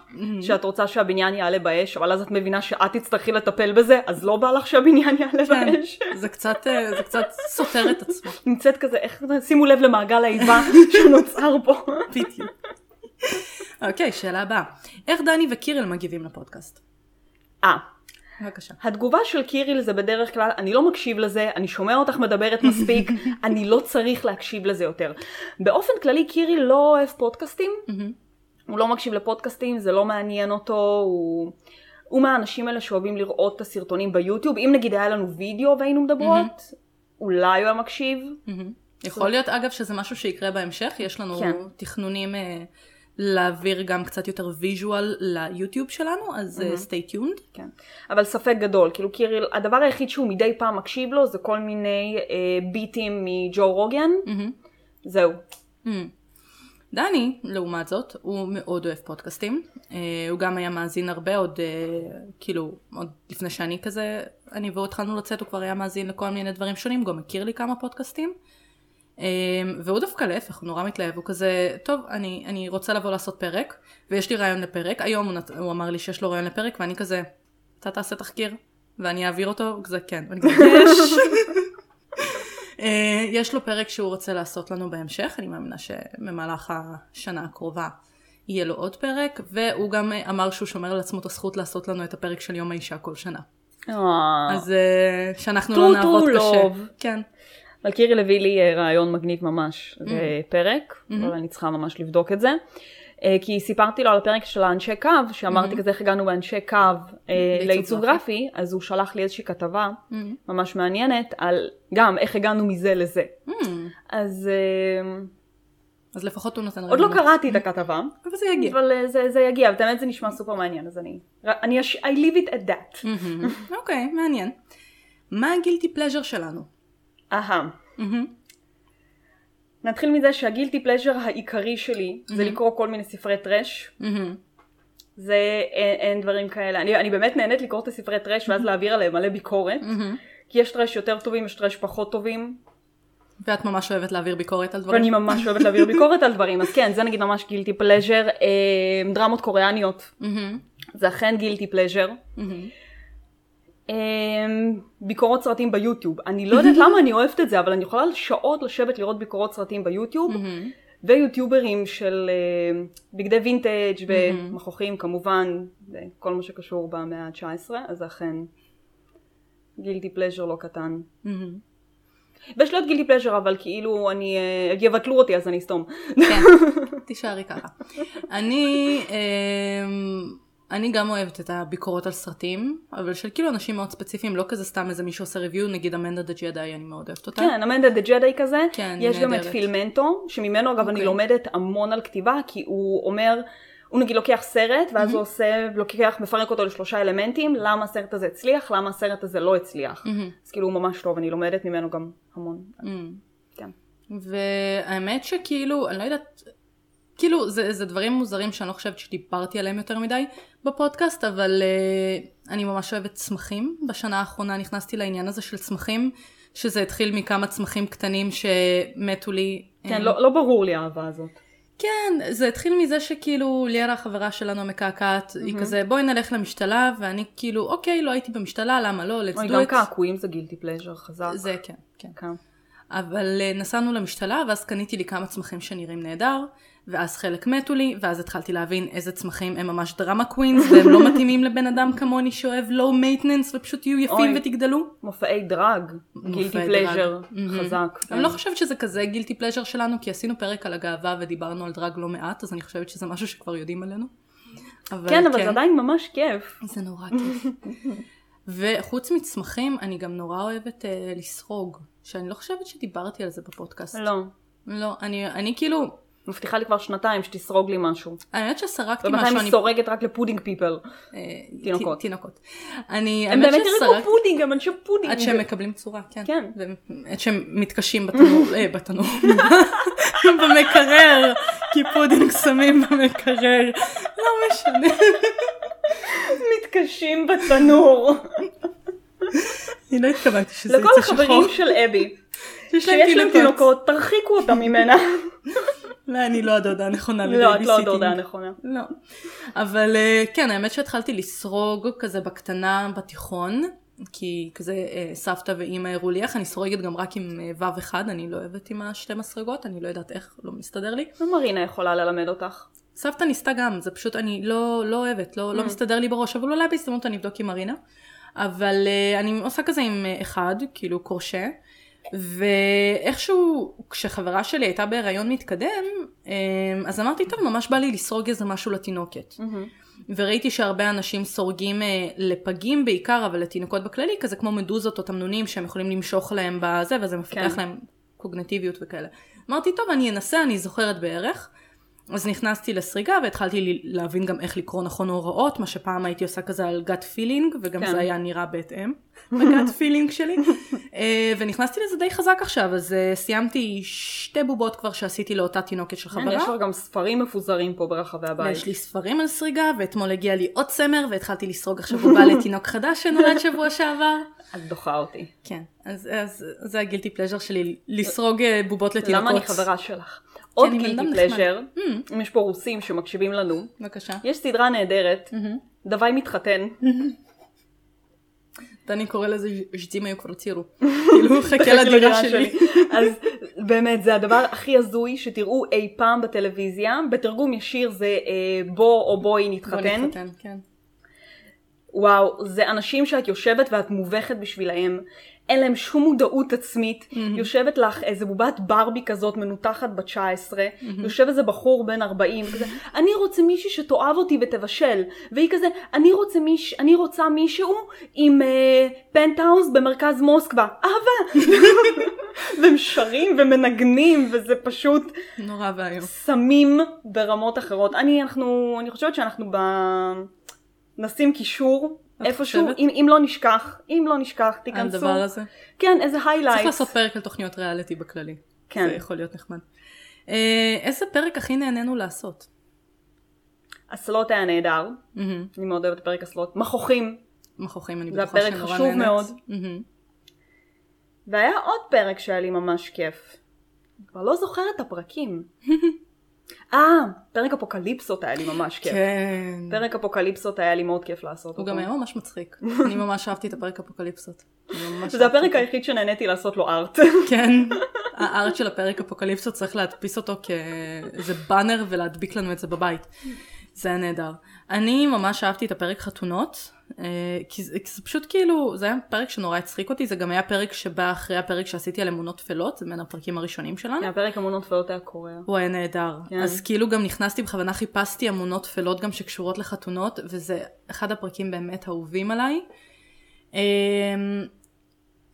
Speaker 2: שאת רוצה שהבניין יעלה באש, אבל אז את מבינה שאת תצטרכי לטפל בזה, אז לא בא לך שהבניין יעלה
Speaker 1: כן.
Speaker 2: באש.
Speaker 1: זה קצת, אה, זה קצת סותר את עצמו.
Speaker 2: נמצאת כזה, איך, שימו לב למעגל האיבה שנוצר פה.
Speaker 1: בדיוק. אוקיי, שאלה הבאה. איך דני וקירל מגיבים לפודקאסט?
Speaker 2: אה,
Speaker 1: בבקשה.
Speaker 2: התגובה של קיריל זה בדרך כלל, אני לא מקשיב לזה, אני שומע אותך מדברת מספיק, אני לא צריך להקשיב לזה יותר. באופן כללי קיריל לא אוהב פודקאסטים, הוא לא מקשיב לפודקאסטים, זה לא מעניין אותו, הוא... הוא מהאנשים האלה שאוהבים לראות את הסרטונים ביוטיוב, אם נגיד היה לנו וידאו והיינו מדברות, אולי הוא היה מקשיב.
Speaker 1: מהמם. יכול להיות אגב שזה משהו שיקרה בהמשך, יש לנו
Speaker 2: כן.
Speaker 1: תכנונים אה, להעביר גם קצת יותר ויז'ואל ליוטיוב שלנו, אז אה, סטי טיונד.
Speaker 2: כן. אבל ספק גדול, כאילו קיריל, הדבר היחיד שהוא מדי פעם מקשיב לו זה כל מיני אה, ביטים מג'ו רוגן, זהו.
Speaker 1: דני, לעומת זאת, הוא מאוד אוהב פודקאסטים, אה, הוא גם היה מאזין הרבה עוד, אה, כאילו, עוד לפני שאני כזה, אני והוא התחלנו לצאת, הוא כבר היה מאזין לכל מיני דברים שונים, הוא גם הכיר לי כמה פודקאסטים. אמ, והוא דווקא להפך, הוא נורא מתלהב, הוא כזה, טוב, אני, אני רוצה לבוא לעשות פרק, ויש לי רעיון לפרק, היום הוא, נת... הוא אמר לי שיש לו רעיון לפרק, ואני כזה, אתה תעשה תחקיר, ואני אעביר אותו, הוא כזה כן, ואני כזה, יש! אה, יש לו פרק שהוא רוצה לעשות לנו בהמשך, אני מאמינה שבמהלך השנה הקרובה יהיה לו עוד פרק, והוא גם אה, אמר שהוא שומר על עצמו את הזכות לעשות לנו את הפרק של יום האישה כל שנה. אז אה, שאנחנו לא
Speaker 2: True,
Speaker 1: נעבוד
Speaker 2: true
Speaker 1: קשה.
Speaker 2: love.
Speaker 1: כן.
Speaker 2: אבל קירי לביא לי אה, רעיון מגניב ממש לפרק, אבל אני צריכה ממש לבדוק את זה. אה, כי סיפרתי לו על הפרק של האנשי קו, שאמרתי כזה איך הגענו באנשי קו אה,
Speaker 1: לייצוג
Speaker 2: לייצוג גרפי, אז הוא שלח לי איזושהי כתבה ממש מעניינת על גם איך הגענו מזה לזה.
Speaker 1: Hmm,
Speaker 2: אז אה,
Speaker 1: אז לפחות הוא נותן
Speaker 2: עוד לא
Speaker 1: רעיונות.
Speaker 2: קראתי את הכתבה,
Speaker 1: אבל זה
Speaker 2: (laughs)
Speaker 1: יגיע.
Speaker 2: אבל אה, זה- זה יגיע, ובאמת זה נשמע סופר מעניין, אז אני... אני אש- I leave it at that.
Speaker 1: מהמם. אוקיי, מעניין. מה הגילטי פלז'ר שלנו?
Speaker 2: אהה.
Speaker 1: מהמם.
Speaker 2: נתחיל מזה שהגילטי פלז'ר העיקרי שלי זה לקרוא כל מיני ספרי טרש.
Speaker 1: מהמם.
Speaker 2: זה אין, אין דברים כאלה. אני, אני באמת נהנית לקרוא את הספרי טרש ואז להעביר עליהם מלא ביקורת.
Speaker 1: מהמם.
Speaker 2: כי יש טרש יותר טובים, יש טרש פחות טובים.
Speaker 1: ואת ממש אוהבת להעביר ביקורת על
Speaker 2: ואני
Speaker 1: דברים.
Speaker 2: ממש אוהבת להעביר ביקורת על דברים. אז כן, זה נגיד ממש גילטי פלז'ר. אה, דרמות קוריאניות,
Speaker 1: מהמם.
Speaker 2: זה אכן גילטי פלז'ר.
Speaker 1: מהמם.
Speaker 2: אמ, ביקורות סרטים ביוטיוב. אני לא יודעת למה אני אוהבת את זה, אבל אני יכולה שעות לשבת לראות ביקורות סרטים ביוטיוב,
Speaker 1: מהמם.
Speaker 2: ויוטיוברים של אמ, בגדי וינטג' ומכוחים כמובן, וכל מה שקשור במאה ה-19, אז אכן גילטי פלז'ר לא קטן.
Speaker 1: מהמם.
Speaker 2: ויש לי עוד גילטי פלז'ר, אבל כאילו אני, אה, יבטלו אותי אז אני אסתום.
Speaker 1: כן, תישארי ככה. אני, אמ, אני גם אוהבת את הביקורות על סרטים, אבל של כאילו אנשים מאוד ספציפיים, לא כזה סתם איזה מישהו עושה ריוויו, נגיד אמנדה דה ג'די, אני מאוד אוהבת אותה.
Speaker 2: כן, אמנדה דה ג'די כזה.
Speaker 1: כן,
Speaker 2: יש גם את
Speaker 1: נהדרת.
Speaker 2: פילמנטו, שממנו אגב אני
Speaker 1: אוקיי.
Speaker 2: לומדת המון על כתיבה, כי הוא אומר, הוא נגיד לוקח סרט, ואז הוא עושה, לוקח, מפרק אותו לשלושה אלמנטים, למה הסרט הזה הצליח, למה הסרט הזה לא הצליח.
Speaker 1: מהמם. אה.
Speaker 2: אז כאילו הוא ממש טוב, אני לומדת ממנו גם המון.
Speaker 1: מהמם.
Speaker 2: כן.
Speaker 1: אמ, והאמת שכאילו, אני לא יודעת, כאילו זה, זה דברים מוזרים שאני לא חושבת שדיברתי עליהם יותר מדי בפודקאסט, אבל uh, אני ממש אוהבת צמחים. בשנה האחרונה נכנסתי לעניין הזה של צמחים, שזה התחיל מכמה צמחים קטנים שמתו לי.
Speaker 2: כן,
Speaker 1: אה,
Speaker 2: לא לא ברור לי האהבה הזאת.
Speaker 1: כן, זה התחיל מזה שכאילו ליארה החברה שלנו המקעקעת, mm-hmm. היא כזה בואי נלך למשתלה, ואני כאילו אוקיי, לא הייתי במשתלה, למה לא, let's do
Speaker 2: אוי,
Speaker 1: it.
Speaker 2: גם קעקועים זה גילטי פלז'ר חזק.
Speaker 1: זה כן, כן.
Speaker 2: כן.
Speaker 1: אבל אה, נסענו למשתלה, ואז קניתי לי כמה צמחים שנראים נהדר, ואז חלק מתו לי, ואז התחלתי להבין איזה צמחים הם ממש דרמה קווינס, והם
Speaker 2: (laughs)
Speaker 1: לא מתאימים לבן אדם כמוני שאוהב לואו מייטננס, ופשוט יהיו יפים
Speaker 2: אוי.
Speaker 1: ותגדלו.
Speaker 2: מופעי דרג, גילטי
Speaker 1: מופעי
Speaker 2: פלז'ר
Speaker 1: דרג. מהמם.
Speaker 2: חזק.
Speaker 1: אני לא חושבת שזה כזה גילטי פלז'ר שלנו, כי עשינו פרק על הגאווה ודיברנו על דרג לא מעט, אז אני חושבת שזה משהו שכבר יודעים עלינו.
Speaker 2: כן, אבל זה עדיין ממש כיף.
Speaker 1: זה
Speaker 2: (laughs)
Speaker 1: נורא כיף. וחוץ מצמחים, אני גם נורא אוהבת אה, לסרוג, שאני לא חושבת שדיברתי על זה בפודקאסט.
Speaker 2: לא.
Speaker 1: לא, אני, אני כאילו,
Speaker 2: מבטיחה לי כבר שנתיים שתסרוג לי משהו.
Speaker 1: האמת שסרקתי
Speaker 2: ובינתיים
Speaker 1: משהו,
Speaker 2: כאילו, אני
Speaker 1: אני...
Speaker 2: סורגת רק לפודינג פיפל.
Speaker 1: אה,
Speaker 2: תינוקות.
Speaker 1: ת- תינוקות. אני,
Speaker 2: הם
Speaker 1: האמת
Speaker 2: באמת נראים כמו
Speaker 1: שסרקתי
Speaker 2: פודינג, הם אנשי פודינג.
Speaker 1: עד שהם מקבלים צורה, כן.
Speaker 2: כן.
Speaker 1: ו- עד שהם מתקשים בתנור, אה, בתנור, (laughs) במקרר, כי פודינג שמים במקרר, לא משנה.
Speaker 2: (laughs) מתקשים (laughs) בתנור.
Speaker 1: אני לא התכוונתי שזה
Speaker 2: לכל
Speaker 1: יצא
Speaker 2: החברים
Speaker 1: שחור.
Speaker 2: של (laughs) אבי,
Speaker 1: שיש
Speaker 2: שיש להם תינוקות, תרחיקו אותם ממנה. (laughs)
Speaker 1: לא, אני לא הדודה הנכונה
Speaker 2: לא, את לא
Speaker 1: לבייביסיטינג.
Speaker 2: הדודה הנכונה.
Speaker 1: לא. אבל אה, כן, האמת שהתחלתי לסרוג כזה בקטנה בתיכון, כי כזה אה, סבתא ואימא הראו לי איך, אני סורגת גם רק עם אה, וו אחד, אני לא אוהבת עם השתי מסרגות, אני לא יודעת איך, לא מסתדר לי.
Speaker 2: ומרינה יכולה ללמד אותך.
Speaker 1: סבתא ניסתה גם, זה פשוט, אני לא, לא אוהבת, לא, לא מסתדר לי בראש, אבל אולי בהזדמנות אני אבדוק עם מרינה. אבל אה, אני עושה כזה עם אה, אחד, כאילו קורשה, ואיכשהו כשחברה שלי הייתה בהיריון מתקדם, אה, אז אמרתי, טוב, ממש בא לי לסרוג איזה משהו לתינוקת. וראיתי שהרבה אנשים סורגים אה, לפגים בעיקר, אבל לתינוקות בכללי, כזה כמו מדוזות או תמנונים שהם יכולים למשוך להם בזה, וזה מפתח
Speaker 2: כן.
Speaker 1: להם קוגנטיביות וכאלה. אמרתי, טוב, אני אנסה, אני זוכרת בערך. אז נכנסתי לסריגה והתחלתי ל- להבין גם איך לקרוא נכון הוראות, מה שפעם הייתי עושה כזה על גאט פילינג, וגם
Speaker 2: כן.
Speaker 1: זה היה נראה בהתאם, (laughs) הגאט פילינג
Speaker 2: (laughs)
Speaker 1: שלי. אה, ונכנסתי לזה די חזק עכשיו, אז אה, סיימתי שתי בובות כבר שעשיתי לאותה תינוקת של
Speaker 2: הנה,
Speaker 1: חברה.
Speaker 2: אה, יש לך גם ספרים מפוזרים פה ברחבי הבית.
Speaker 1: ויש לי ספרים על סריגה, ואתמול הגיע לי עוד צמר, והתחלתי לסרוג עכשיו בובה (laughs) לתינוק חדש שנולד
Speaker 2: (laughs)
Speaker 1: שבוע שעבר.
Speaker 2: את דוחה אותי.
Speaker 1: כן, אז, אז זה הגילטי פלז'ר שלי, לסרוג אה, בובות לתינוקות.
Speaker 2: למה אני חברה שלך? עוד
Speaker 1: אני בן
Speaker 2: גילטי
Speaker 1: אדם נחמד.
Speaker 2: פלז'ר, אם יש פה רוסים שמקשיבים לנו, (laughs)
Speaker 1: בבקשה.
Speaker 2: Mm-hmm. יש סדרה נהדרת, דווי מתחתן.
Speaker 1: דני קורא לזה ז'דים היו כבר
Speaker 2: (laughs)
Speaker 1: ציירו. כאילו, חכה לדירה שלי.
Speaker 2: אז באמת, זה הדבר הכי הזוי שתראו אי פעם בטלוויזיה. בתרגום ישיר זה אה, בוא או בואי
Speaker 1: בוא
Speaker 2: נתחתן.
Speaker 1: נתחתן, כן.
Speaker 2: וואו, זה אנשים שאת יושבת ואת מובכת בשבילהם. אין להם שום מודעות עצמית. יושבת לך איזה בובת ברבי כזאת מנותחת בת 19, יושב איזה בחור בן 40, כזה, אני רוצה מישהי שתאהב אותי ותבשל. והיא כזה, אני רוצה, מיש... אני רוצה מישהו עם אה, פנטהאוז במרכז מוסקבה. אהבה! והם שרים ומנגנים, וזה פשוט...
Speaker 1: נורא ואיום.
Speaker 2: סמים ברמות אחרות. אני, אנחנו, אני חושבת שאנחנו ב... נשים קישור
Speaker 1: את
Speaker 2: איפשהו,
Speaker 1: חושבת?
Speaker 2: אם, אם לא נשכח, אם לא נשכח,
Speaker 1: על
Speaker 2: תיכנסו.
Speaker 1: הדבר הזה.
Speaker 2: כן, איזה היילייט.
Speaker 1: צריך לעשות פרק על תוכניות ריאליטי בכללי.
Speaker 2: כן.
Speaker 1: זה יכול להיות נחמד. אה, איזה פרק הכי נהנינו לעשות?
Speaker 2: הסלוט היה נהדר,
Speaker 1: מהמם.
Speaker 2: אני מאוד אוהבת את פרק הסלוט. מכוחים,
Speaker 1: מכוחים, אני
Speaker 2: זה
Speaker 1: בטוחה
Speaker 2: הפרק
Speaker 1: שנורא נהנית.
Speaker 2: חשוב מאוד.
Speaker 1: מהמם.
Speaker 2: והיה עוד פרק שהיה לי ממש כיף. אני כבר לא זוכרת את הפרקים.
Speaker 1: (laughs)
Speaker 2: אה, פרק אפוקליפסות היה לי ממש כיף.
Speaker 1: כן.
Speaker 2: פרק אפוקליפסות היה לי מאוד כיף לעשות
Speaker 1: הוא
Speaker 2: אותו.
Speaker 1: גם היה ממש
Speaker 2: (laughs)
Speaker 1: מצחיק. אני ממש אהבתי את הפרק אפוקליפסות. אני ממש
Speaker 2: זה
Speaker 1: אהבתי
Speaker 2: הפרק
Speaker 1: אותו.
Speaker 2: היחיד שנהניתי לעשות לו
Speaker 1: (laughs)
Speaker 2: ארט.
Speaker 1: כן. הארט של הפרק אפוקליפסות צריך להדפיס אותו כאיזה באנר ולהדביק לנו את זה בבית. זה היה נהדר. אני ממש אהבתי את הפרק חתונות, אה, כי זה, כי זה פשוט כאילו, זה היה פרק שנורא הצחיק אותי, זה גם היה פרק שבא אחרי הפרק שעשיתי על אמונות טפלות, זה בין הפרקים הראשונים שלנו.
Speaker 2: הפרק אמונות פאות היה קורע.
Speaker 1: הוא היה נהדר.
Speaker 2: כן.
Speaker 1: אז כאילו גם נכנסתי בכוונה, חיפשתי אמונות טפלות גם שקשורות לחתונות, וזה אחד הפרקים באמת אהובים עליי. אמ,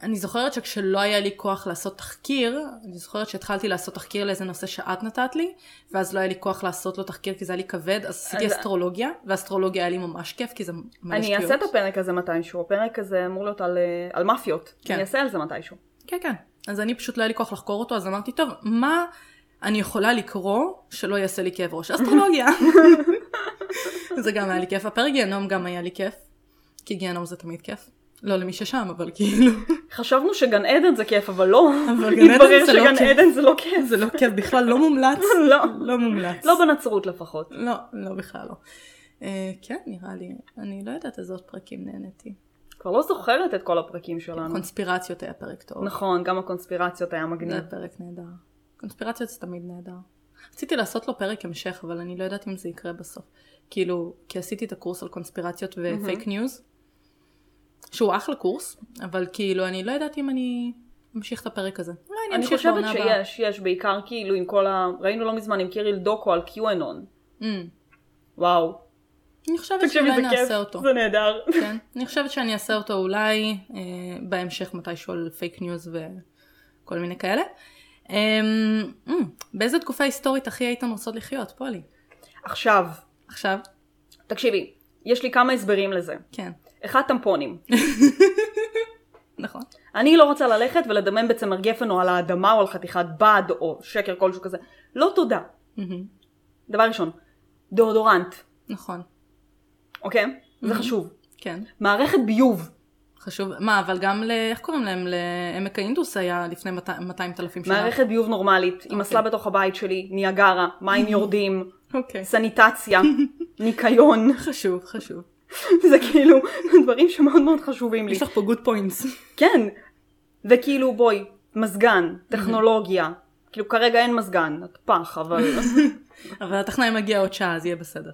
Speaker 1: אני זוכרת שכשלא היה לי כוח לעשות תחקיר, אני זוכרת שהתחלתי לעשות תחקיר לאיזה נושא שאת נתת לי, ואז לא היה לי כוח לעשות לו תחקיר כי זה היה לי כבד, אז עשיתי
Speaker 2: אז-
Speaker 1: אסטרולוגיה, ואסטרולוגיה היה לי ממש כיף כי זה מלא
Speaker 2: אני
Speaker 1: שטויות.
Speaker 2: אעשה את הפרק הזה מתישהו, הפרק הזה אמור להיות על, אה, על מאפיות.
Speaker 1: כן.
Speaker 2: אני אעשה על זה מתישהו.
Speaker 1: כן, כן. אז אני פשוט לא היה לי כוח לחקור אותו, אז אמרתי, טוב, מה אני יכולה לקרוא שלא יעשה לי כאב ראש? אסטרולוגיה. (laughs) זה גם היה לי כיף. הפרק גיהנום גם היה לי כיף, כי גיהנום זה תמיד כיף. לא למי ששם, אבל כאילו, (laughs)
Speaker 2: חשבנו שגן עדן זה כיף, אבל לא.
Speaker 1: אבל גן
Speaker 2: התברר
Speaker 1: עדן זה לא
Speaker 2: שגן
Speaker 1: כיף.
Speaker 2: עדן זה לא כיף.
Speaker 1: זה לא כיף בכלל, לא מומלץ.
Speaker 2: (laughs) לא.
Speaker 1: לא מומלץ.
Speaker 2: לא בנצרות לפחות.
Speaker 1: לא, לא בכלל לא. אה, כן, נראה לי. אני לא יודעת איזה עוד פרקים נהניתי.
Speaker 2: כבר לא זוכרת את כל הפרקים שלנו.
Speaker 1: קונספירציות היה פרק טוב.
Speaker 2: נכון, גם הקונספירציות היה
Speaker 1: זה
Speaker 2: מגניב.
Speaker 1: היה פרק נהדר. קונספירציות זה תמיד נהדר. רציתי לעשות לו פרק המשך, אבל אני לא יודעת אם זה יקרה בסוף. כאילו, כי עשיתי את הקורס על קונספירציות ופייק ניוז, שהוא אחלה קורס, אבל כאילו, אני לא יודעת אם אני אמשיך את הפרק הזה. אולי אני
Speaker 2: אני
Speaker 1: אמשיך
Speaker 2: חושבת
Speaker 1: בעונה הבאה.
Speaker 2: שיש, יש, בעיקר כאילו עם כל ה... ראינו לא מזמן עם קיריל דוקו על QAnon.
Speaker 1: אמ,
Speaker 2: וואו.
Speaker 1: אני חושבת
Speaker 2: תקשיבי, זה
Speaker 1: שאולי
Speaker 2: כיף.
Speaker 1: נעשה אותו.
Speaker 2: זה נהדר.
Speaker 1: כן. אני חושבת שאני אעשה אותו אולי אה, בהמשך מתישהו על פייק ניוז וכל מיני כאלה. אמ, אמ, באיזה תקופה היסטורית הכי הייתן רוצות לחיות, פולי?
Speaker 2: עכשיו,
Speaker 1: עכשיו?
Speaker 2: תקשיבי, יש לי כמה הסברים לזה.
Speaker 1: כן.
Speaker 2: אחד, טמפונים.
Speaker 1: נכון.
Speaker 2: אני לא רוצה ללכת ולדמם בצמר גפן או על האדמה או על חתיכת בד או שקר כלשהו כזה. לא תודה.
Speaker 1: מהמם.
Speaker 2: דבר ראשון, דאודורנט,
Speaker 1: נכון,
Speaker 2: אוקיי? זה חשוב.
Speaker 1: כן.
Speaker 2: מערכת ביוב.
Speaker 1: חשוב, מה, אבל גם ל... איך קוראים להם? לעמק האינדוס היה לפני 200 אלפים שנה.
Speaker 2: מערכת ביוב נורמלית, עם אסלה בתוך הבית שלי, ניאגרה, מים יורדים,
Speaker 1: אוקיי.
Speaker 2: סניטציה, ניקיון. (laughs)
Speaker 1: חשוב, חשוב.
Speaker 2: זה כאילו דברים שמאוד מאוד
Speaker 1: (laughs)
Speaker 2: חשובים לי.
Speaker 1: יש לך פה גוד פוינטס.
Speaker 2: כן. וכאילו בואי, מזגן, טכנולוגיה. כאילו כרגע אין מזגן, את פח, אבל...
Speaker 1: אבל הטכנאי מגיע עוד שעה, אז יהיה בסדר.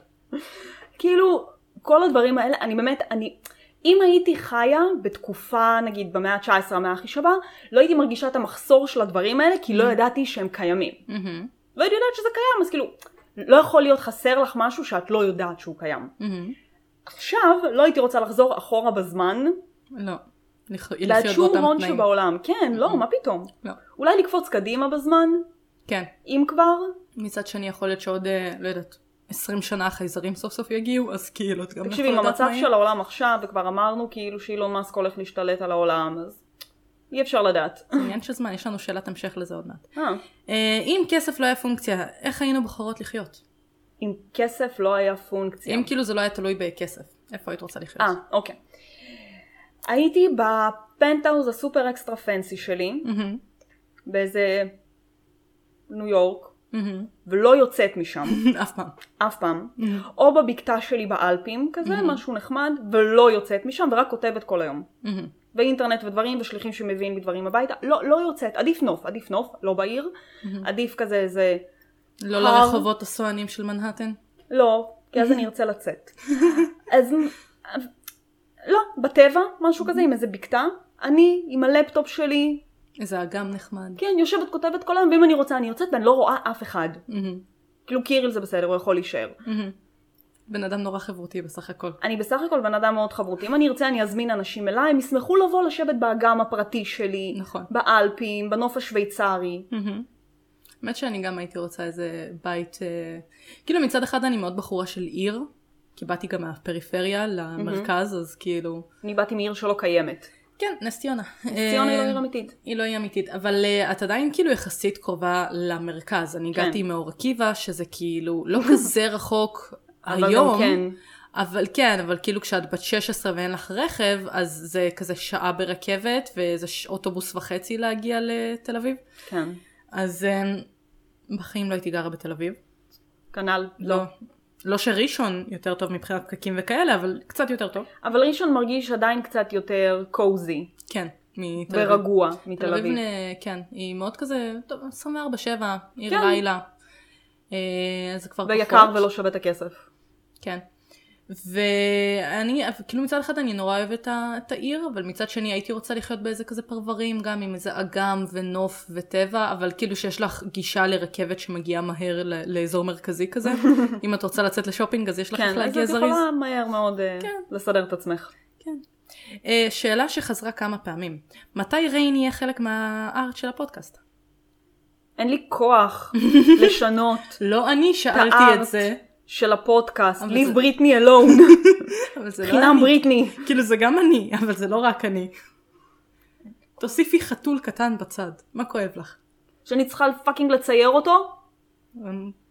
Speaker 2: כאילו, כל הדברים האלה, אני באמת, אני... אם הייתי חיה בתקופה, נגיד, במאה ה-19, המאה הכי שווה, לא הייתי מרגישה את המחסור של הדברים האלה, כי לא
Speaker 1: Mm.
Speaker 2: ידעתי שהם קיימים.
Speaker 1: מהמם,
Speaker 2: לא הייתי יודעת שזה קיים, אז כאילו, לא יכול להיות חסר לך משהו שאת לא יודעת שהוא קיים.
Speaker 1: מהמם.
Speaker 2: עכשיו, לא הייתי רוצה לחזור אחורה בזמן,
Speaker 1: לא. לח-
Speaker 2: ליד
Speaker 1: לחיות
Speaker 2: שום
Speaker 1: באותם
Speaker 2: הון
Speaker 1: תנאים.
Speaker 2: שבעולם. כן, לא, מה פתאום.
Speaker 1: לא.
Speaker 2: אולי לקפוץ קדימה בזמן,
Speaker 1: כן.
Speaker 2: אם כבר.
Speaker 1: מצד שני, יכול להיות שעוד, אה, לא יודעת, 20 שנה החייזרים סוף סוף יגיעו, אז כאילו, את גם לא
Speaker 2: תקשיבי,
Speaker 1: יכולה
Speaker 2: עם
Speaker 1: לדעת
Speaker 2: המצב
Speaker 1: מה יהיה.
Speaker 2: של העולם עכשיו, וכבר אמרנו כאילו שאילון מאסק הולך להשתלט על העולם, אז אי אפשר לדעת.
Speaker 1: (laughs) זה עניין של זמן, יש לנו שאלת המשך לזה עוד מעט.
Speaker 2: אה.
Speaker 1: אה, אם כסף לא היה פונקציה, איך היינו בוחרות לחיות?
Speaker 2: אם כסף לא היה פונקציה.
Speaker 1: אם כאילו זה לא היה תלוי בכסף, איפה היית רוצה לחיות?
Speaker 2: אה, אוקיי. הייתי בפנטהאוז הסופר אקסטרה פנסי שלי,
Speaker 1: מהמם.
Speaker 2: באיזה ניו יורק, ולא יוצאת משם,
Speaker 1: אף פעם.
Speaker 2: (laughs) אף פעם, או בבקתה שלי באלפים, כזה משהו נחמד, ולא יוצאת משם, ורק כותבת כל היום. ואינטרנט ודברים, ושליחים שמביאים לי דברים הביתה, לא, לא יוצאת, עדיף נוף, עדיף נוף, לא בעיר, עדיף כזה איזה,
Speaker 1: לא
Speaker 2: הר.
Speaker 1: לרחובות הסואנים של מנהטן.
Speaker 2: לא, כי אז אני ארצה לצאת. אז לא, בטבע, משהו כזה, עם איזה בקתה, אני עם הלפטופ שלי,
Speaker 1: איזה אגם נחמד.
Speaker 2: כן, יושבת, כותבת כל היום, ואם אני רוצה אני יוצאת ואני לא רואה אף אחד.
Speaker 1: מהמם,
Speaker 2: כאילו קיריל זה בסדר, הוא יכול להישאר.
Speaker 1: מהמם. בן אדם נורא חברותי בסך הכל.
Speaker 2: אני בסך הכל בן אדם מאוד חברותי. אם אני ארצה אני אזמין אנשים אליי, הם ישמחו לבוא לשבת באגם הפרטי שלי,
Speaker 1: נכון.
Speaker 2: באלפים, בנוף השוויצרי.
Speaker 1: מהמם. האמת שאני גם הייתי רוצה איזה בית, אה, כאילו מצד אחד אני מאוד בחורה של עיר, כי באתי גם מהפריפריה למרכז, אז כאילו,
Speaker 2: אני באתי מעיר שלא קיימת.
Speaker 1: כן, נס ציונה.
Speaker 2: ציון היא לא
Speaker 1: אה,
Speaker 2: עיר אמיתית.
Speaker 1: היא לא היא אמיתית, אבל אה, את עדיין כאילו יחסית קרובה למרכז. אני
Speaker 2: כן.
Speaker 1: הגעתי מאור עקיבא, שזה כאילו לא כזה רחוק
Speaker 2: אבל גם
Speaker 1: היום.
Speaker 2: כן.
Speaker 1: אבל כן, אבל כאילו כשאת בת 16 ואין לך רכב, אז זה כזה שעה ברכבת ואיזה ש- אוטובוס וחצי להגיע לתל אביב.
Speaker 2: כן.
Speaker 1: אז אה, בחיים לא הייתי גרה בתל אביב.
Speaker 2: כנ"ל.
Speaker 1: לא. לא שראשון יותר טוב מבחינת פקקים וכאלה, אבל קצת יותר טוב.
Speaker 2: אבל ראשון מרגיש עדיין קצת יותר קוזי
Speaker 1: כן, מתל אביב.
Speaker 2: ורגוע
Speaker 1: תל
Speaker 2: מתל
Speaker 1: אביב,
Speaker 2: אביב.
Speaker 1: אה, כן, היא מאוד כזה, טוב, 24-7, עיר
Speaker 2: כן.
Speaker 1: לילה. אה, אז זה כבר
Speaker 2: ויקר ולא שווה את הכסף.
Speaker 1: כן. ואני, כאילו מצד אחד אני נורא אוהבת ה- את העיר, אבל מצד שני הייתי רוצה לחיות באיזה כזה פרברים, גם עם איזה אגם ונוף וטבע, אבל כאילו שיש לך גישה לרכבת שמגיעה מהר ל- לאזור מרכזי
Speaker 2: (laughs)
Speaker 1: כזה. אם את רוצה לצאת לשופינג אז יש לך
Speaker 2: כן,
Speaker 1: איך
Speaker 2: אז
Speaker 1: להגיע
Speaker 2: את
Speaker 1: זריז.
Speaker 2: יכולה מהר מאוד אה,
Speaker 1: כן.
Speaker 2: לסדר את עצמך.
Speaker 1: אה, שאלה שחזרה כמה פעמים, מתי ריין יהיה חלק מהארט של הפודקאסט?
Speaker 2: אין לי
Speaker 1: (laughs)
Speaker 2: כוח לשנות
Speaker 1: לא אני
Speaker 2: את
Speaker 1: שאלתי את
Speaker 2: הארט
Speaker 1: זה,
Speaker 2: של הפודקאסט.
Speaker 1: אבל
Speaker 2: ליב
Speaker 1: זה- (laughs)
Speaker 2: בריטני אלון. (laughs)
Speaker 1: אבל זה לא
Speaker 2: חינם
Speaker 1: אני.
Speaker 2: בריטני.
Speaker 1: כאילו זה גם אני, אבל זה לא רק אני. תוסיפי חתול קטן בצד, מה כואב לך?
Speaker 2: שאני צריכה פאקינג לצייר אותו?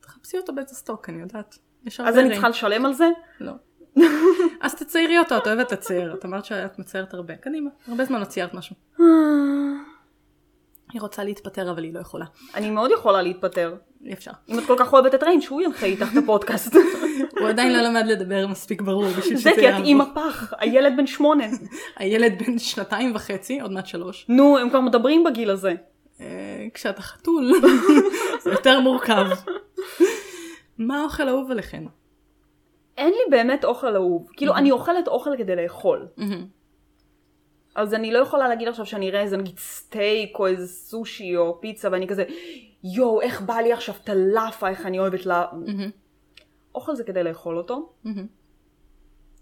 Speaker 1: תחפשי אותו באיזה סטוק, אני יודעת. יש הרבה
Speaker 2: אז אני
Speaker 1: רעים.
Speaker 2: צריכה לשלם על זה? (sighs)
Speaker 1: לא. אז תציירי אותו, את אוהבת לצייר. את אמרת שאת מציירת הרבה. קדימה, הרבה זמן לא ציירת משהו. היא רוצה להתפטר, אבל היא לא יכולה.
Speaker 2: אני מאוד יכולה להתפטר.
Speaker 1: אי אפשר.
Speaker 2: אם את כל כך אוהבת את ריין, שהוא ינחה איתך את
Speaker 1: (laughs)
Speaker 2: הפודקאסט.
Speaker 1: הוא עדיין לא למד לדבר מספיק ברור בשביל
Speaker 2: זה
Speaker 1: שזה
Speaker 2: כי את
Speaker 1: יעבור.
Speaker 2: אימא פח, הילד בן שמונה.
Speaker 1: הילד בן שנתיים וחצי, עוד מעט שלוש.
Speaker 2: נו, הם כבר מדברים בגיל הזה.
Speaker 1: אה, כשאתה חתול, זה יותר מורכב. מה האוכל האהוב עליכן?
Speaker 2: אין לי באמת אוכל אהוב. כאילו, אני אוכלת אוכל כדי לאכול. אז אני לא יכולה להגיד עכשיו שאני אראה איזה נגיד סטייק או איזה סושי או פיצה ואני כזה, יואו, איך בא לי עכשיו טלאפה, איך אני אוהבת לה... אוכל זה כדי לאכול אותו,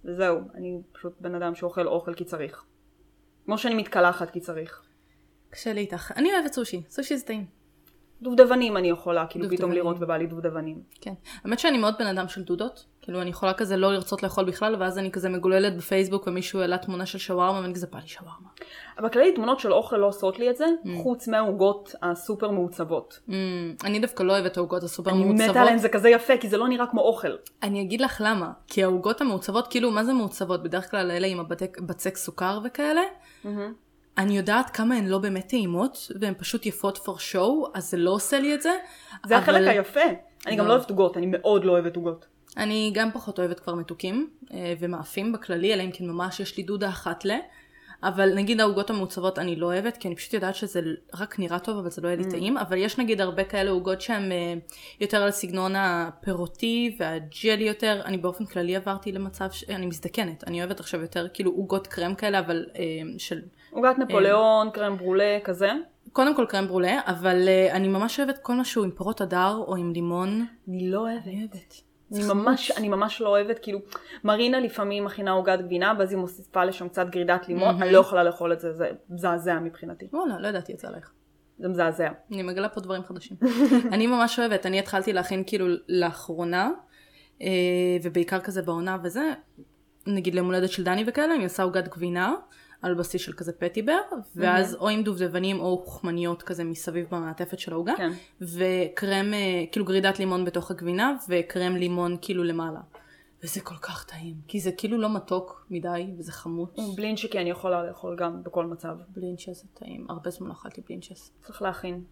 Speaker 2: וזהו. אני פשוט בן אדם שאוכל אוכל כי צריך. כמו שאני מתקלחת כי צריך.
Speaker 1: קשה לי איתך. אני אוהבת סושי, סושי זה טעים.
Speaker 2: דובדבנים אני יכולה, כאילו פתאום
Speaker 1: דובדבנים.
Speaker 2: לראות ובא לי דובדבנים.
Speaker 1: כן. האמת שאני מאוד בן אדם של דודות. כאילו, אני יכולה כזה לא לרצות לאכול בכלל, ואז אני כזה מגוללת בפייסבוק, ומישהו העלה תמונה של שווארמה, ואני כזה בא לי שווארמה.
Speaker 2: אבל כללי תמונות של אוכל לא עושות לי את זה, חוץ מהעוגות הסופר מעוצבות.
Speaker 1: Mm, אני דווקא לא אוהבת את העוגות הסופר
Speaker 2: אני
Speaker 1: מעוצבות.
Speaker 2: מתה עליהן, זה כזה יפה, כי זה לא נראה כמו אוכל.
Speaker 1: אני אגיד לך למה. כי העוגות המעוצבות, כאילו, מה זה מעוצבות? בדרך כלל אלה עם הבצק בצק סוכר וכאלה.
Speaker 2: Mm-hmm.
Speaker 1: אני יודעת כמה הן לא באמת טעימות, והן פשוט יפות for show, אז זה לא עושה לי את זה.
Speaker 2: זה החלק
Speaker 1: אבל-
Speaker 2: היפה. אני גם
Speaker 1: לא.
Speaker 2: לא אוהבת עוגות, אני מאוד לא אוהבת עוגות.
Speaker 1: אני גם פחות אוהבת כבר מתוקים אה, ומאפים בכללי, אלא אם כן ממש יש לי דודה אחת ל... אבל נגיד העוגות המעוצבות אני לא אוהבת, כי אני פשוט יודעת שזה רק נראה טוב, אבל זה לא יהיה לי טעים. אבל יש נגיד הרבה כאלה עוגות שהן אה, יותר על סגנון הפירותי והג'לי יותר. אני באופן כללי עברתי למצב ש... אה, אני מזדקנת. אני אוהבת עכשיו יותר כאילו עוגות קרם כאלה, אבל אה, של...
Speaker 2: עוגת נפוליאון, קרם ברולה, כזה.
Speaker 1: קודם כל קרם ברולה, אבל אה, אני ממש אוהבת כל משהו עם פירות הדר או עם לימון.
Speaker 2: אני לא אוהבת.
Speaker 1: אני אוהבת.
Speaker 2: אני ממש, אני ממש לא אוהבת, כאילו, מרינה לפעמים מכינה עוגת גבינה, ואז היא מוסיפה לשם קצת גרידת לימון, אני לא יכולה לאכול את זה, זה מזעזע מבחינתי.
Speaker 1: וואלה, לא ידעתי את זה עלייך.
Speaker 2: זה מזעזע.
Speaker 1: אני מגלה פה דברים
Speaker 2: (laughs)
Speaker 1: חדשים. אני ממש אוהבת, אני התחלתי להכין כאילו לאחרונה, אה, ובעיקר כזה בעונה וזה, נגיד ליום הולדת של דני וכאלה, אני עושה עוגת גבינה, על בסיס של כזה פטיבר, ואז או עם דובדבנים או חמניות כזה מסביב במעטפת של העוגה,
Speaker 2: כן.
Speaker 1: וקרם, אה, כאילו גרידת לימון בתוך הגבינה, וקרם לימון כאילו למעלה. וזה כל כך טעים, כי זה כאילו לא מתוק מדי, וזה
Speaker 2: כן.
Speaker 1: חמוץ.
Speaker 2: בלינצ'יקי אני יכולה לאכול גם בכל מצב.
Speaker 1: בלינצ'ס זה טעים, הרבה זמן לא אכלתי בלינצ'ס.
Speaker 2: צריך להכין.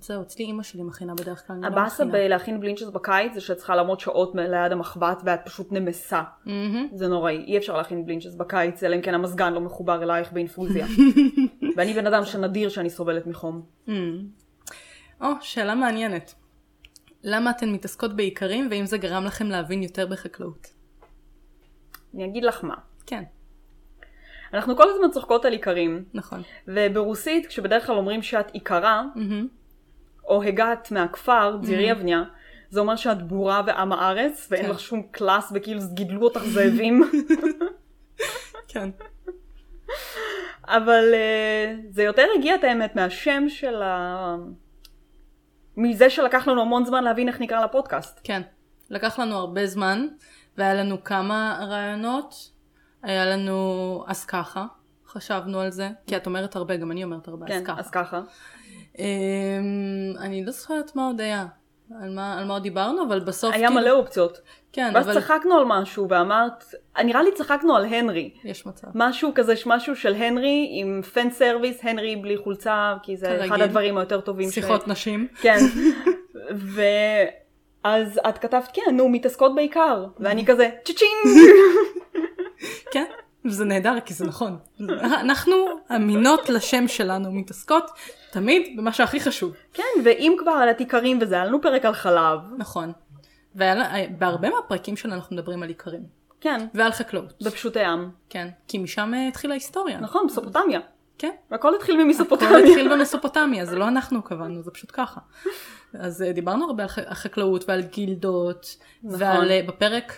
Speaker 1: זהו, אצלי אימא שלי מכינה בדרך כלל, אני לא
Speaker 2: הבאסה
Speaker 1: מכינה.
Speaker 2: בלהכין בלינצ'ס בקיץ זה שאת צריכה לעמוד שעות מ- ליד המחבת ואת פשוט נמסה.
Speaker 1: מהמם.
Speaker 2: זה נוראי, אי אפשר להכין בלינצ'ס בקיץ, אלא אם כן המזגן לא מחובר
Speaker 1: (laughs)
Speaker 2: אלייך באינפוזיה. ואני בן אדם שנדיר שאני סובלת מחום.
Speaker 1: מהמם. או, שאלה מעניינת. למה אתן מתעסקות באיכרים ואם זה גרם לכם להבין יותר בחקלאות?
Speaker 2: אני אגיד לך מה.
Speaker 1: כן,
Speaker 2: אנחנו כל הזמן צוחקות על איכרים,
Speaker 1: נכון.
Speaker 2: וברוסית, כשבדרך כלל אומרים שאת איכרה,
Speaker 1: מהמם.
Speaker 2: או הגעת מהכפר, דיריאבניה, זה אומר שאת בורה ועם הארץ, ואין
Speaker 1: כן.
Speaker 2: לך שום קלאס, וכאילו גידלו אותך
Speaker 1: (laughs)
Speaker 2: זאבים.
Speaker 1: כן.
Speaker 2: אבל אה, זה יותר הגיע את האמת מהשם של ה... מזה שלקח לנו המון זמן להבין איך נקרא לפודקאסט.
Speaker 1: כן. לקח לנו הרבה זמן, והיה לנו כמה רעיונות. היה לנו אז ככה, חשבנו על זה, כי את אומרת הרבה, גם אני אומרת הרבה,
Speaker 2: כן,
Speaker 1: אז ככה.
Speaker 2: אז ככה.
Speaker 1: אמ, אני לא זוכרת מה עוד היה, על מה, על מה עוד דיברנו, אבל בסוף כאילו-
Speaker 2: היה מלא אופציות.
Speaker 1: כן,
Speaker 2: ואז
Speaker 1: אבל
Speaker 2: צחקנו על משהו ואמרת, נראה לי צחקנו על הנרי.
Speaker 1: יש מצב.
Speaker 2: משהו כזה, משהו של הנרי עם פן סרוויס, הנרי בלי חולצה, כי זה אחד
Speaker 1: כרגיל.
Speaker 2: הדברים היותר טובים. ש-
Speaker 1: שיחות נשים. (laughs)
Speaker 2: כן. ואז את כתבת, כן, נו, מתעסקות בעיקר. ואני כזה, צ'צ'ינג!
Speaker 1: (laughs) כן, זה נהדר כי זה נכון. אנחנו אמינות לשם שלנו, מתעסקות תמיד במה שהכי חשוב.
Speaker 2: כן, ואם כבר על התיכרים וזה, היה לנו פרק על חלב.
Speaker 1: נכון. ובהרבה מהפרקים שלנו אנחנו מדברים על איכרים.
Speaker 2: כן,
Speaker 1: ועל חקלאות.
Speaker 2: בפשוטי עם.
Speaker 1: כן. כי משם אה, התחילה ההיסטוריה.
Speaker 2: נכון, מסופוטמיה.
Speaker 1: כן.
Speaker 2: והכל התחיל
Speaker 1: הכל
Speaker 2: ממסופוטמיה.
Speaker 1: התחיל במסופוטמיה, זה לא אנחנו קבענו, זה פשוט ככה. אז אה, דיברנו הרבה על ח- החקלאות ועל גילדות,
Speaker 2: נכון.
Speaker 1: ועל אה, בפרק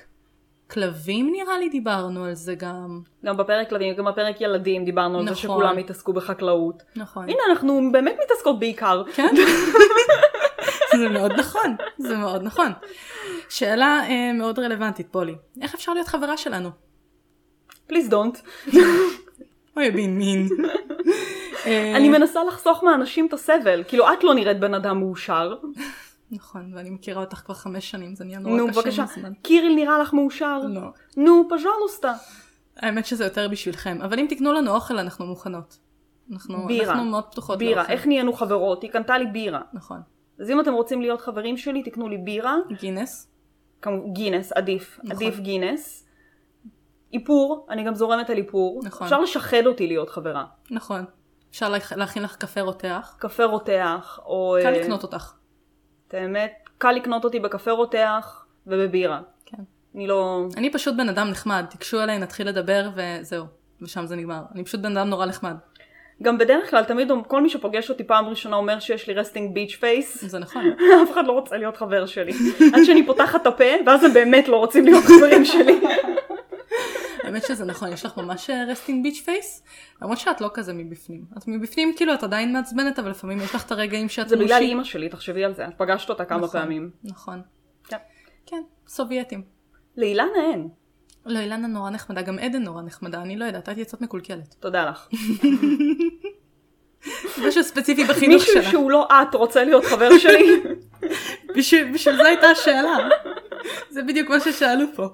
Speaker 1: כלבים נראה לי דיברנו על זה גם.
Speaker 2: גם בפרק כלבים, גם בפרק ילדים, דיברנו על זה
Speaker 1: נכון.
Speaker 2: שכולם התעסקו בחקלאות.
Speaker 1: נכון.
Speaker 2: הנה, אנחנו באמת מתעסקות בעיקר.
Speaker 1: כן? זה מאוד נכון, זה מאוד נכון. שאלה אה, מאוד רלוונטית, פולי. איך אפשר להיות חברה שלנו?
Speaker 2: פליז דונט.
Speaker 1: אה. אוי, בין מין. אה,
Speaker 2: אני מנסה לחסוך מאנשים את הסבל. כאילו, את לא נראית בן אדם מאושר.
Speaker 1: נכון, ואני מכירה אותך כבר חמש שנים, זה נהיה נורא
Speaker 2: נו,
Speaker 1: לא, קשה
Speaker 2: בבקשה.
Speaker 1: עם הזמן.
Speaker 2: קיריל נראה לך מאושר?
Speaker 1: לא.
Speaker 2: נו, פז'לוסטה.
Speaker 1: האמת שזה יותר בשבילכם, אבל אם תקנו לנו אוכל אנחנו מוכנות. אנחנו,
Speaker 2: בירה.
Speaker 1: אנחנו מאוד פתוחות
Speaker 2: בירה.
Speaker 1: לאוכל.
Speaker 2: איך נהיינו חברות? היא קנתה לי בירה.
Speaker 1: נכון.
Speaker 2: אז אם אתם רוצים להיות חברים שלי, תקנו לי בירה.
Speaker 1: גינס.
Speaker 2: כמו גינס, עדיף.
Speaker 1: נכון.
Speaker 2: עדיף גינס. איפור, אני גם זורמת על איפור.
Speaker 1: נכון.
Speaker 2: אפשר לשחד אותי להיות חברה.
Speaker 1: נכון. אפשר לה- להכין לך קפה רותח.
Speaker 2: קפה רותח, או...
Speaker 1: קל
Speaker 2: אה,
Speaker 1: לקנות אותך.
Speaker 2: את האמת, קל לקנות אותי בקפה רותח ובבירה.
Speaker 1: כן.
Speaker 2: אני לא...
Speaker 1: אני פשוט בן אדם נחמד, תיגשו אליי, נתחיל לדבר וזהו. ושם זה נגמר. אני פשוט בן אדם נורא נחמד.
Speaker 2: גם בדרך כלל, תמיד כל מי שפוגש אותי פעם ראשונה אומר שיש לי רסטינג ביץ' פייס.
Speaker 1: זה נכון.
Speaker 2: (laughs) אף אחד לא רוצה להיות חבר שלי. עד שאני פותחת את הפה, ואז הם באמת לא רוצים להיות חברים שלי.
Speaker 1: האמת שזה נכון, יש לך ממש רסטינג ביץ' פייס, למרות שאת לא כזה מבפנים. את מבפנים כאילו את עדיין מעצבנת, אבל לפעמים יש לך את הרגעים שאת
Speaker 2: (laughs) זה בגלל
Speaker 1: מושית.
Speaker 2: אימא שלי, תחשבי על זה. את פגשת אותה כמה
Speaker 1: נכון,
Speaker 2: פעמים.
Speaker 1: נכון.
Speaker 2: כן.
Speaker 1: כן, סובייטים.
Speaker 2: לאילנה אין.
Speaker 1: לא, אילנה נורא נחמדה, גם עדן נורא נחמדה, אני לא יודעת, את יצאת מקולקלת.
Speaker 2: תודה לך.
Speaker 1: משהו ספציפי בחינוך
Speaker 2: מישהו
Speaker 1: שלה.
Speaker 2: שהוא לא את רוצה להיות חבר (laughs) שלי?
Speaker 1: בשביל בשביל זה הייתה השאלה. זה בדיוק מה ששאלו פה.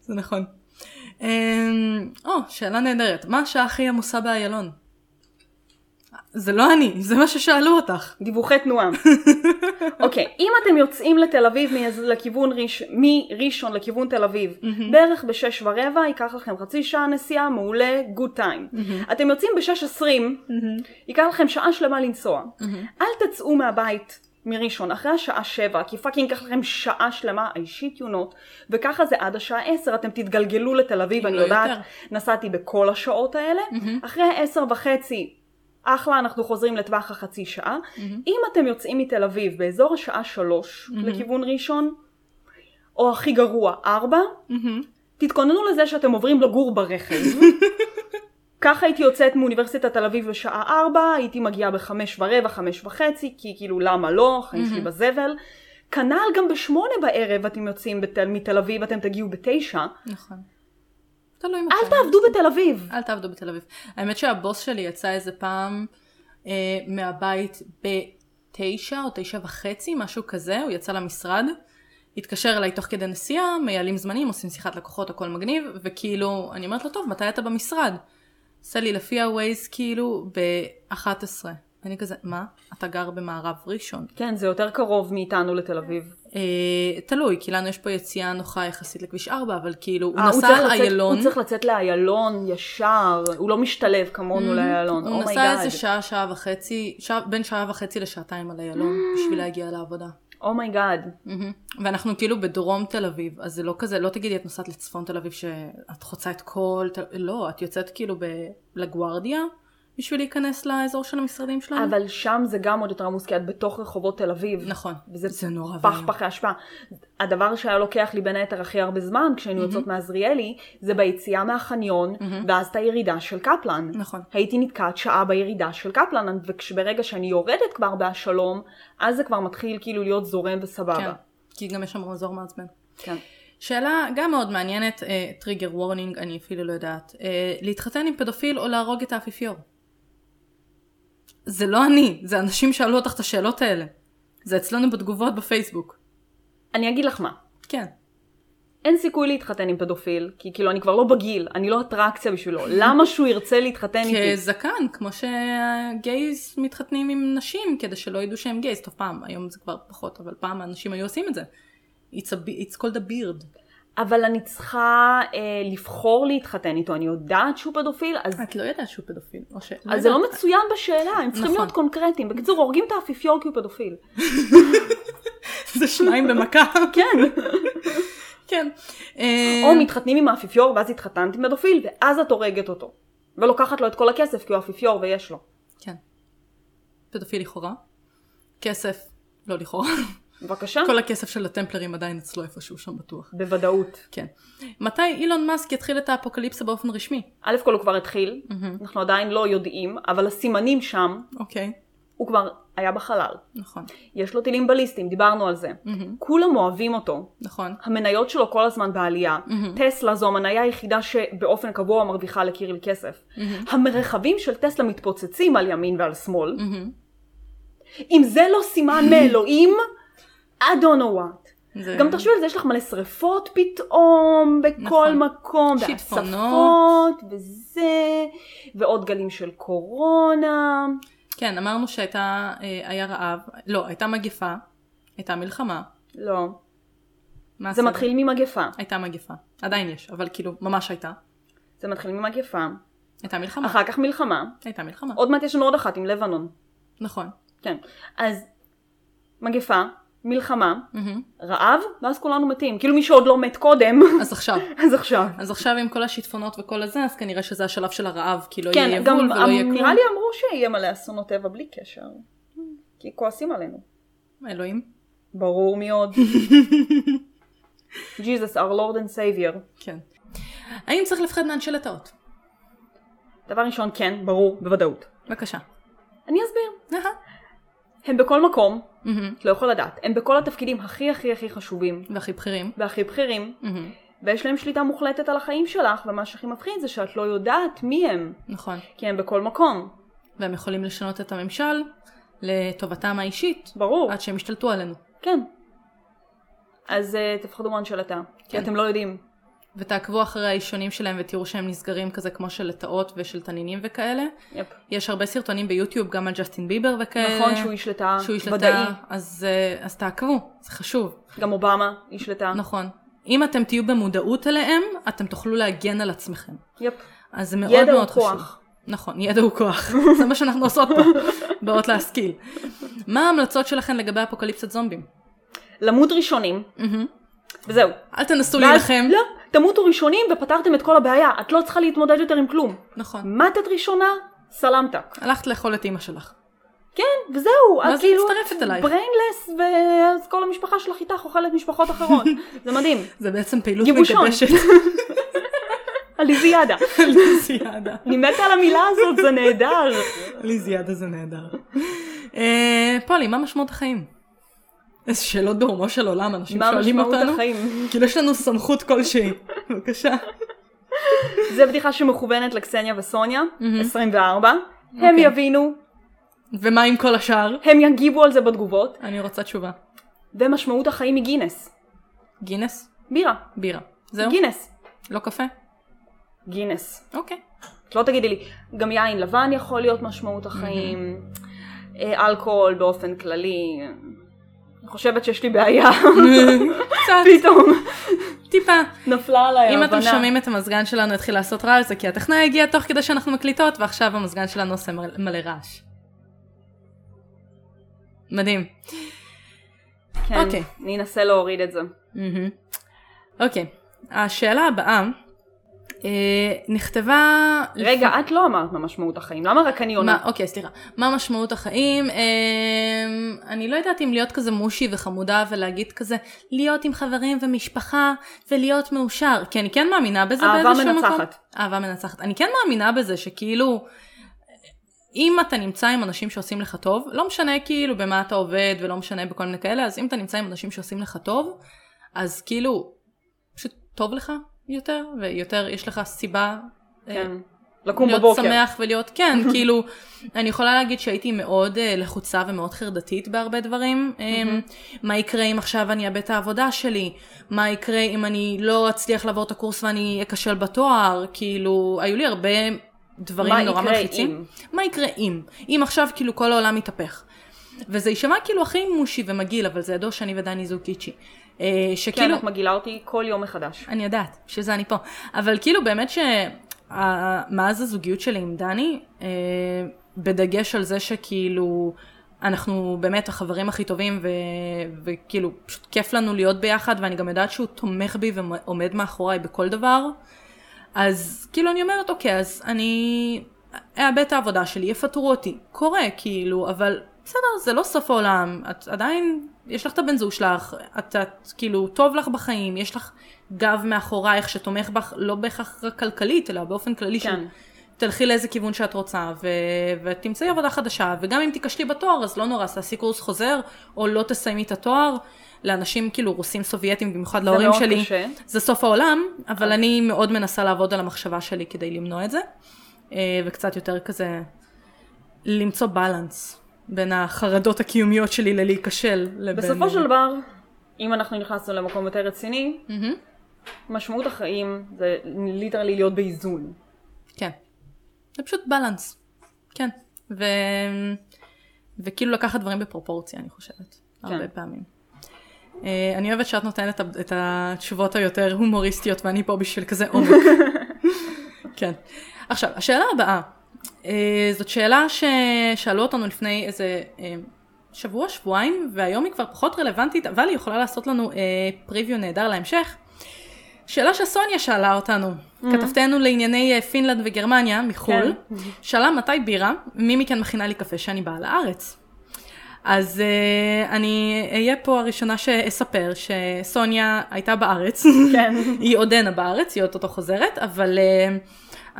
Speaker 1: זה נכון. אמ, או, שאלה נהדרת. מה השעה הכי עמוסה באיילון? זה לא אני, זה מה ששאלו אותך.
Speaker 2: דיווחי תנועה. אוקיי, אם אתם יוצאים לתל אביב מאז- לכיוון ראש- מראשון לכיוון תל אביב, בערך בשש ורבע, ייקח לכם חצי שעה נסיעה, מעולה, גוד טיים. אתם יוצאים בשש עשרים, ייקח לכם שעה שלמה לנסוע. אל תצאו מהבית. מראשון, אחרי השעה שבע, כי פאקינג ייקח לכם שעה שלמה, I shit you not, וככה זה עד השעה עשר, אתם תתגלגלו לתל אביב,
Speaker 1: אם
Speaker 2: אני
Speaker 1: לא
Speaker 2: יודעת,
Speaker 1: יותר.
Speaker 2: נסעתי בכל השעות האלה, אחרי עשר וחצי אחלה, אנחנו חוזרים לטווח החצי שעה. אם אתם יוצאים מתל אביב באזור השעה שלוש לכיוון ראשון, או הכי גרוע, ארבע, תתכוננו לזה שאתם עוברים לגור (laughs) ברכב. ככה הייתי יוצאת מאוניברסיטת תל אביב בשעה ארבע, הייתי מגיעה בחמש ורבע, חמש וחצי, כי כאילו למה לא, חיים שלי בזבל. כנ"ל גם בשמונה בערב אתם יוצאים בתל, מתל אביב, אתם תגיעו בתשע.
Speaker 1: נכון. תלוי מתי.
Speaker 2: אל תעבדו בתל אביב.
Speaker 1: אל תעבדו בתל אביב. האמת שהבוס שלי יצא איזה פעם אה, מהבית בתשע או תשע וחצי, משהו כזה, הוא יצא למשרד, התקשר אליי תוך כדי נסיעה, מייעלים זמנים, עושים שיחת לקוחות, הכל מגניב, וכאילו, אני אומרת לו, טוב, מתי אתה במשרד? עשה לי לפי ה-Waze כאילו ב-11. ואני כזה, מה? אתה גר במערב ראשון.
Speaker 2: כן, זה יותר קרוב מאיתנו לתל אביב.
Speaker 1: אה, תלוי, כי לנו יש פה יציאה נוחה יחסית לכביש 4, אבל כאילו, הוא
Speaker 2: אה,
Speaker 1: נסע
Speaker 2: צריך
Speaker 1: על
Speaker 2: לצאת-
Speaker 1: איילון.
Speaker 2: הוא צריך לצאת לאיילון ישר, הוא לא משתלב כמונו לאיילון.
Speaker 1: Mm-hmm.
Speaker 2: Oh
Speaker 1: הוא
Speaker 2: אומייגאד.
Speaker 1: נסע איזה שעה, שעה וחצי, שעה, בין שעה וחצי לשעתיים על איילון בשביל להגיע לעבודה.
Speaker 2: Oh אומייגאד.
Speaker 1: מהמם. ואנחנו כאילו בדרום תל אביב, אז זה לא כזה, לא תגידי את נוסעת לצפון תל אביב שאת חוצה את כל תל... לא, את יוצאת כאילו ב... לגוארדיה בשביל להיכנס לאזור של המשרדים שלנו.
Speaker 2: אבל שם זה גם עוד יותר עמוס, כי את בתוך רחובות תל אביב.
Speaker 1: נכון,
Speaker 2: וזה
Speaker 1: זה נורא ואיום.
Speaker 2: פחפחי אשפה. הדבר שהיה לוקח לי בין היתר הכי הרבה זמן
Speaker 1: Mm-hmm.
Speaker 2: כשהיינו יוצאות מעזריאלי, זה ביציאה מהחניון, ואז את הירידה של קפלן.
Speaker 1: נכון.
Speaker 2: הייתי נתקעת שעה בירידה של קפלן, וברגע שאני יורדת כבר בהשלום, אז זה כבר מתחיל כאילו להיות זורם
Speaker 1: כן,
Speaker 2: וסבבה.
Speaker 1: כי גם יש שם רמזור מעצבן.
Speaker 2: כן.
Speaker 1: שאלה גם מאוד מעניינת, טריגר וורנינג, אני אפילו לא יודעת. אה, להתחתן עם פדופיל או להרוג את האפיפיור? זה לא אני, זה אנשים שאלו אותך את השאלות האלה. זה אצלנו בתגובות בפייסבוק.
Speaker 2: אני אגיד לך מה.
Speaker 1: כן.
Speaker 2: אין סיכוי להתחתן עם פדופיל, כי כאילו אני כבר לא בגיל, אני לא
Speaker 1: (laughs)
Speaker 2: אטרקציה בשבילו. למה שהוא ירצה להתחתן
Speaker 1: אוקיי. כן.
Speaker 2: איתי?
Speaker 1: כזקן, כמו שהגייז מתחתנים עם נשים כדי שלא ידעו שהם גייז. טוב, פעם, היום זה כבר פחות, אבל פעם האנשים היו עושים את זה. It's, a, be- it's called a beard.
Speaker 2: אבל אני צריכה אה, לבחור להתחתן איתו, אני יודעת שהוא פדופיל, אז
Speaker 1: את לא יודעת שהוא פדופיל, או ש...
Speaker 2: אז זה
Speaker 1: יודעת.
Speaker 2: לא מצוין בשאלה, הם צריכים
Speaker 1: נכון.
Speaker 2: להיות קונקרטיים. בקיצור, הורגים את האפיפיור כי הוא פדופיל.
Speaker 1: (laughs) זה שניים במכה.
Speaker 2: כן.
Speaker 1: כן. אה,
Speaker 2: (laughs) או מתחתנים עם האפיפיור, ואז התחתנת עם פדופיל, ואז את הורגת אותו. ולוקחת לו את כל הכסף, כי הוא אפיפיור ויש לו.
Speaker 1: כן. פדופיל לכאורה. כסף, לא לכאורה. (laughs)
Speaker 2: בבקשה?
Speaker 1: כל הכסף של הטמפלרים עדיין אצלו איפשהו שם בטוח.
Speaker 2: בוודאות.
Speaker 1: כן. מתי אילון מאסק יתחיל את האפוקליפסה באופן רשמי?
Speaker 2: א' כל הוא כבר התחיל, אנחנו עדיין לא יודעים, אבל הסימנים שם,
Speaker 1: אוקיי,
Speaker 2: הוא כבר היה בחלל.
Speaker 1: נכון.
Speaker 2: יש לו טילים בליסטיים, דיברנו על זה. כולם אוהבים אותו.
Speaker 1: נכון.
Speaker 2: המניות שלו כל הזמן בעלייה. טסלה זו המניה היחידה שבאופן קבוע מרוויחה לקיריל כסף. המרחבים של טסלה מתפוצצים על ימין ועל שמאל. אם זה לא
Speaker 1: (clears throat)
Speaker 2: סימן מאלוהים, I don't know what.
Speaker 1: זה-
Speaker 2: גם תחשבי על זה, יש לך מלא שריפות פתאום, בכל
Speaker 1: נכון.
Speaker 2: מקום,
Speaker 1: שיטפונות.
Speaker 2: והצפות, וזה, ועוד גלים של קורונה.
Speaker 1: כן, אמרנו שהייתה, אה, היה רעב, לא, הייתה מגפה, הייתה מלחמה.
Speaker 2: לא,
Speaker 1: מה
Speaker 2: זה
Speaker 1: עשינו?
Speaker 2: מתחיל ממגפה.
Speaker 1: הייתה מגפה. עדיין יש, אבל כאילו, ממש הייתה.
Speaker 2: זה מתחיל ממגפה,
Speaker 1: הייתה מלחמה.
Speaker 2: אחר כך מלחמה,
Speaker 1: הייתה מלחמה.
Speaker 2: עוד מעט יש לנו עוד אחת עם לבנון.
Speaker 1: נכון.
Speaker 2: כן. אז מגפה, מלחמה,
Speaker 1: מהמם.
Speaker 2: רעב, ואז כולנו מתים. כאילו מי שעוד לא מת קודם, (laughs)
Speaker 1: אז עכשיו.
Speaker 2: אז עכשיו.
Speaker 1: אז עכשיו עם כל השיטפונות וכל הזה, אז כנראה שזה השלב של הרעב, כי לא
Speaker 2: כן,
Speaker 1: יהיה
Speaker 2: גם
Speaker 1: יבול ולא
Speaker 2: אמ-
Speaker 1: יהיה כלום.
Speaker 2: נראה לי אמרו שיהיה מלא אסונות טבע בלי קשר. כי כועסים עלינו.
Speaker 1: אלוהים?
Speaker 2: ברור
Speaker 1: (laughs)
Speaker 2: מי עוד. Jesus, our Lord and Savior.
Speaker 1: כן. האם צריך לפחד מאנשי לטאות?
Speaker 2: דבר ראשון, כן, ברור, בוודאות.
Speaker 1: בבקשה.
Speaker 2: אני אסביר.
Speaker 1: אהה.
Speaker 2: הם בכל מקום,
Speaker 1: מהמם.
Speaker 2: את לא יכול לדעת, הם בכל התפקידים הכי הכי הכי חשובים,
Speaker 1: והכי בכירים.
Speaker 2: והכי בכירים,
Speaker 1: מהמם.
Speaker 2: ויש להם שליטה מוחלטת על החיים שלך, ומה שהכי מפחיד זה שאת לא יודעת מי הם,
Speaker 1: נכון.
Speaker 2: כי הם בכל מקום,
Speaker 1: והם יכולים לשנות את הממשל לטובתם האישית,
Speaker 2: ברור,
Speaker 1: עד שהם ישתלטו עלינו.
Speaker 2: כן. אז אה, תפחדו מהנשלתה, כי
Speaker 1: כן.
Speaker 2: אתם לא יודעים.
Speaker 1: ותעקבו אחרי האישונים שלהם ותראו שהם נסגרים כזה כמו של לטאות ושל תנינים וכאלה.
Speaker 2: יפ.
Speaker 1: יש הרבה סרטונים ביוטיוב גם על ג'סטין ביבר וכאלה.
Speaker 2: נכון שהוא איש לטאה,
Speaker 1: אה, שהוא איש
Speaker 2: ודאי,
Speaker 1: לטאה, אז, אה, אז תעקבו, זה חשוב.
Speaker 2: גם אובמה איש לטאה,
Speaker 1: נכון. אם אתם תהיו במודעות אליהם, אתם תוכלו להגן על עצמכם.
Speaker 2: יפ.
Speaker 1: אז זה מאוד
Speaker 2: ידע הוא
Speaker 1: מאוד חשוב.
Speaker 2: כוח.
Speaker 1: נכון, ידע הוא
Speaker 2: (laughs)
Speaker 1: כוח. זה מה שאנחנו עושות פה, באות להשכיל. מה ההמלצות שלכן לגבי אפוקליפסת זומבים?
Speaker 2: למות ראשונים,
Speaker 1: מהמם.
Speaker 2: וזהו.
Speaker 1: אל תנסו
Speaker 2: ואז-
Speaker 1: להילחם.
Speaker 2: לא, תמותו ראשונים ופתרתם את כל הבעיה, את לא צריכה להתמודד יותר עם כלום.
Speaker 1: נכון.
Speaker 2: מתת ראשונה, סלמתק.
Speaker 1: הלכת לאכול את אימא שלך.
Speaker 2: כן, וזהו,
Speaker 1: ואז
Speaker 2: את
Speaker 1: היא
Speaker 2: כאילו...
Speaker 1: מצטרפת אלייך.
Speaker 2: בריינלס, ואז כל המשפחה שלך איתך אוכלת
Speaker 1: (laughs)
Speaker 2: משפחות אחרות. זה מדהים.
Speaker 1: זה בעצם פעילות
Speaker 2: גיבושון.
Speaker 1: מתגבשת
Speaker 2: עליזיאדה.
Speaker 1: על (laughs) ליזיאדה.
Speaker 2: אני מתה על המילה הזאת, זה נהדר.
Speaker 1: ליזיאדה זה נהדר. אה, פולי, מה משמעות החיים? איזה שאלות ברומו של עולם, אנשים
Speaker 2: מה
Speaker 1: שואלים
Speaker 2: משמעות
Speaker 1: אותנו.
Speaker 2: החיים?
Speaker 1: כאילו יש לנו סמכות כלשהי. בבקשה.
Speaker 2: זו בדיחה שמכוונת לקסניה וסוניה, 24. הם
Speaker 1: אוקיי.
Speaker 2: יבינו,
Speaker 1: ומה עם כל השאר?
Speaker 2: הם יגיבו על זה בתגובות.
Speaker 1: אני רוצה תשובה.
Speaker 2: ומשמעות החיים היא גינס.
Speaker 1: גינס?
Speaker 2: בירה.
Speaker 1: בירה. זהו?
Speaker 2: גינס.
Speaker 1: לא קפה?
Speaker 2: גינס.
Speaker 1: אוקיי.
Speaker 2: את לא תגידי לי. גם יין לבן יכול להיות משמעות החיים. אה, אלכוהול באופן כללי. אני חושבת שיש לי
Speaker 1: (laughs)
Speaker 2: בעיה,
Speaker 1: קצת,
Speaker 2: פתאום
Speaker 1: טיפה.
Speaker 2: נפלה עליי
Speaker 1: אם
Speaker 2: ההבנה.
Speaker 1: אתם שומעים את המזגן שלנו התחיל לעשות רעש, זה כי הטכנאי הגיע תוך כדי שאנחנו מקליטות, ועכשיו המזגן שלנו עושה מל- מלא רעש. מדהים.
Speaker 2: כן,
Speaker 1: אוקיי.
Speaker 2: אני אנסה להוריד את זה.
Speaker 1: מהמם. אוקיי, השאלה הבאה אה, נכתבה...
Speaker 2: רגע, את לא אמרת מה משמעות החיים, למה רק אני
Speaker 1: מה,
Speaker 2: עונה?
Speaker 1: אוקיי, סליחה. מה משמעות החיים? אמ, אני לא יודעת אם להיות כזה מושי וחמודה ולהגיד כזה להיות עם חברים ומשפחה ולהיות מאושר. כי אני כן מאמינה בזה
Speaker 2: אהבה
Speaker 1: באיזשהו מקום.
Speaker 2: מנצחת.
Speaker 1: אהבה מנצחת. אני כן מאמינה בזה שכאילו, אם אתה נמצא עם אנשים שעושים לך טוב, לא משנה כאילו במה אתה עובד ולא משנה בכל מיני כאלה, אז אם אתה נמצא עם אנשים שעושים לך טוב, אז כאילו, פשוט טוב לך יותר, ויותר יש לך סיבה. אה,
Speaker 2: כן. לקום
Speaker 1: להיות
Speaker 2: בבוקר.
Speaker 1: שמח ולהיות,
Speaker 2: (laughs)
Speaker 1: כן, כאילו, אני יכולה להגיד שהייתי מאוד אה, לחוצה ומאוד חרדתית בהרבה דברים. אה, מה יקרה אם עכשיו אני אאבד את העבודה שלי? מה יקרה אם אני לא אצליח לעבור את הקורס ואני אכשל בתואר? כאילו, היו לי הרבה
Speaker 2: מה
Speaker 1: דברים נורא
Speaker 2: יקרה
Speaker 1: מלחיצים. מה יקרה אם? אם עכשיו כאילו כל העולם יתהפך. וזה יישמע כאילו הכי מושי ומגעיל, אבל זה ידוע שאני ודני זוקיצ'י. אה,
Speaker 2: כן,
Speaker 1: שכאילו,
Speaker 2: את מגעילה אותי כל יום מחדש.
Speaker 1: אני יודעת, בשביל זה אני פה. אבל כאילו באמת שמאז הזוגיות שלי עם דני, אה, בדגש על זה שכאילו אנחנו באמת החברים הכי טובים ו... וכאילו פשוט כיף לנו להיות ביחד ואני גם יודעת שהוא תומך בי ועומד מאחוריי בכל דבר. אז כאילו אני אומרת אוקיי אז אני אאבד את העבודה שלי, יפטרו אותי, קורה כאילו אבל בסדר זה לא סוף העולם, את עדיין יש לך את הבן זוג שלך, את, את כאילו טוב לך בחיים, יש לך גב מאחורייך שתומך בך לא בהכרח רק כלכלית אלא באופן כללי
Speaker 2: כן.
Speaker 1: תלכי לאיזה כיוון שאת רוצה ו... ותמצאי עבודה חדשה וגם אם תיכשלי בתואר אז לא נורא, אז תעשי קורס חוזר או לא תסיימי את התואר לאנשים כאילו רוסים סובייטים במיוחד להורים
Speaker 2: מאוד
Speaker 1: שלי.
Speaker 2: קשה.
Speaker 1: זה סוף העולם, אבל אני מאוד מנסה לעבוד על המחשבה שלי כדי למנוע את זה, אה, וקצת יותר כזה למצוא בלנס בין החרדות הקיומיות שלי ללהיכשל לבין...
Speaker 2: בסופו של דבר, אם אנחנו נכנסנו למקום יותר רציני,
Speaker 1: מהמם.
Speaker 2: משמעות החיים זה ליטרלי להיות באיזון.
Speaker 1: כן. זה פשוט בלנס. כן. ו... וכאילו לקחת דברים בפרופורציה, אני חושבת. כן. הרבה פעמים. אה, אני אוהבת שאת נותנת את ה- את התשובות היותר הומוריסטיות, ואני פה בשביל כזה עומק. כן. עכשיו, השאלה הבאה. אה, זאת שאלה ששאלו אותנו לפני איזה אה, שבוע, שבועיים, והיום היא כבר פחות רלוונטית, אבל היא יכולה לעשות לנו אה, פריוויו נהדר להמשך. שאלה שסוניה שאלה אותנו, כתבתנו לענייני אה, פינלנד וגרמניה מחו"ל, שאלה מתי בירה, מי מכן מכינה לי קפה שאני באה לארץ. אז uh, אני אהיה פה הראשונה שאספר שסוניה הייתה בארץ,
Speaker 2: כן.
Speaker 1: (laughs) היא עודנה בארץ, היא אוטוטו חוזרת, אבל uh,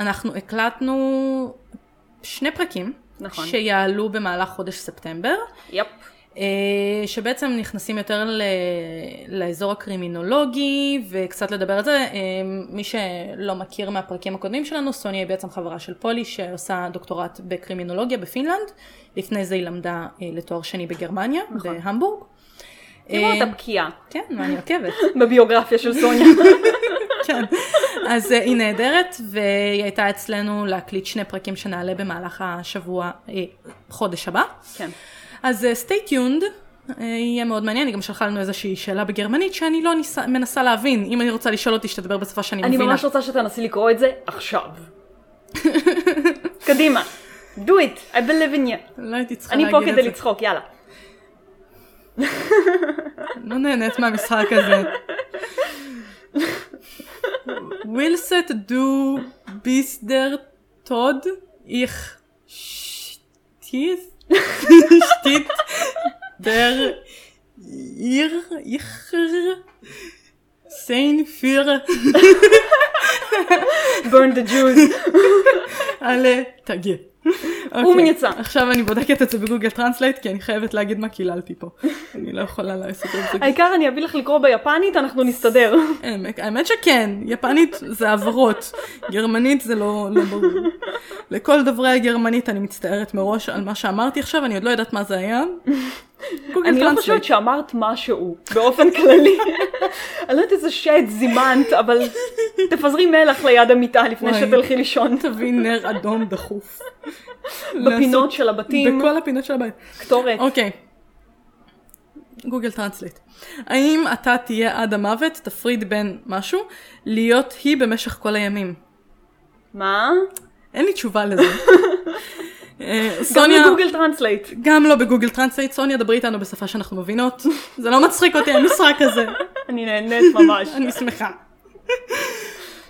Speaker 1: אנחנו הקלטנו שני פרקים,
Speaker 2: נכון.
Speaker 1: שיעלו במהלך חודש ספטמבר,
Speaker 2: יפ.
Speaker 1: אה, שבעצם נכנסים יותר ל... לאזור הקרימינולוגי וקצת לדבר על זה. אה, מי שלא מכיר מהפרקים הקודמים שלנו, סוניה היא בעצם חברה של פולי שעושה דוקטורט בקרימינולוגיה בפינלנד. לפני זה היא למדה אה, לתואר שני בגרמניה,
Speaker 2: נכון.
Speaker 1: בהמבורג.
Speaker 2: תראו
Speaker 1: אה,
Speaker 2: את הבקיעה (laughs)
Speaker 1: כן, אני עוקבת. (laughs)
Speaker 2: בביוגרפיה של סוניה.
Speaker 1: כן. אז אה, היא נהדרת, והיא הייתה אצלנו להקליט שני פרקים שנעלה במהלך השבוע, אה, חודש הבא.
Speaker 2: כן.
Speaker 1: אז אה, סטי טיונד, אה, יהיה מאוד מעניין, היא גם שלחה לנו איזושהי שאלה בגרמנית שאני לא ניסה, מנסה להבין, אם אני רוצה לשאול אותי שתדבר בשפה שאני
Speaker 2: אני
Speaker 1: מבינה.
Speaker 2: ממש לא- רוצה שתנסי לקרוא את זה
Speaker 1: (laughs)
Speaker 2: עכשיו. קדימה. do it, I believe in you.
Speaker 1: לא הייתי צריכה
Speaker 2: אני
Speaker 1: להגיד
Speaker 2: פה
Speaker 1: את זה.
Speaker 2: כדי לצחוק, יאללה.
Speaker 1: לא נהנית מהמשחק הזה. ווילסט דו ביסדר טוד איך שטיז? שטיט דר איר איכר סיין פיר
Speaker 2: burn the Jews.
Speaker 1: על תגה.
Speaker 2: (laughs) אום יצא.
Speaker 1: אוקיי. עכשיו אני בודקת את זה בגוגל טרנסלייט כי אני חייבת להגיד מה קיללתי
Speaker 2: (laughs)
Speaker 1: פה. אני לא יכולה לעשות את זה.
Speaker 2: (laughs) העיקר אני אביא לך לקרוא ביפנית, אנחנו נסתדר.
Speaker 1: האמת- האמת שכן, יפנית זה הברות, גרמנית זה לא, לא ברור.
Speaker 2: (laughs)
Speaker 1: לכל דוברי הגרמנית אני מצטערת מראש על מה שאמרתי עכשיו, אני עוד לא יודעת מה זה היה. גוגל
Speaker 2: אני לא
Speaker 1: טרנסלייט.
Speaker 2: חושבת שאמרת משהו באופן כללי. (laughs) אני לא יודעת איזה שד זימנת, אבל תפזרי מלח ליד המיטה לפני
Speaker 1: וואי.
Speaker 2: שתלכי לישון.
Speaker 1: תביא נר אדום דחוף.
Speaker 2: בפינות של הבתים,
Speaker 1: בכל הפינות של הבית.
Speaker 2: קטורת.
Speaker 1: אוקיי. גוגל טרנסליט. האם אתה תהיה עד המוות, תפריד בין משהו, להיות היא במשך כל הימים?
Speaker 2: מה?
Speaker 1: אין לי תשובה
Speaker 2: (laughs)
Speaker 1: לזה. אה,
Speaker 2: גם
Speaker 1: סוניה,
Speaker 2: בגוגל טרנסלייט.
Speaker 1: גם לא בגוגל טרנסליט, סוניה דברי איתנו בשפה שאנחנו מבינות. זה לא מצחיק אותי, המשחק הזה.
Speaker 2: (laughs) אני
Speaker 1: (laughs)
Speaker 2: נהנית ממש.
Speaker 1: אני שמחה.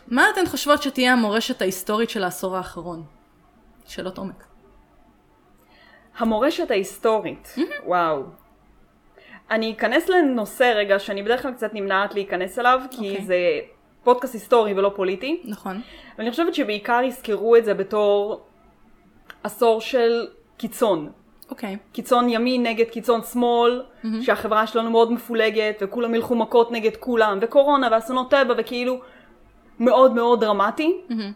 Speaker 1: מה אתן חושבות שתהיה המורשת ההיסטורית של העשור האחרון? שאלות עומק.
Speaker 2: המורשת ההיסטורית, וואו. אני אכנס לנושא רגע שאני בדרך כלל קצת נמנעת להיכנס אליו, כי
Speaker 1: אוקיי.
Speaker 2: זה פודקאסט היסטורי ולא פוליטי.
Speaker 1: נכון.
Speaker 2: ואני חושבת שבעיקר יזכרו את זה בתור עשור של קיצון.
Speaker 1: אוקיי.
Speaker 2: קיצון ימין נגד קיצון שמאל,
Speaker 1: מהמם.
Speaker 2: שהחברה שלנו מאוד מפולגת, וכולם ילכו מכות נגד כולם, וקורונה ואסונות טבע, וכאילו מאוד מאוד דרמטי.
Speaker 1: מהמם.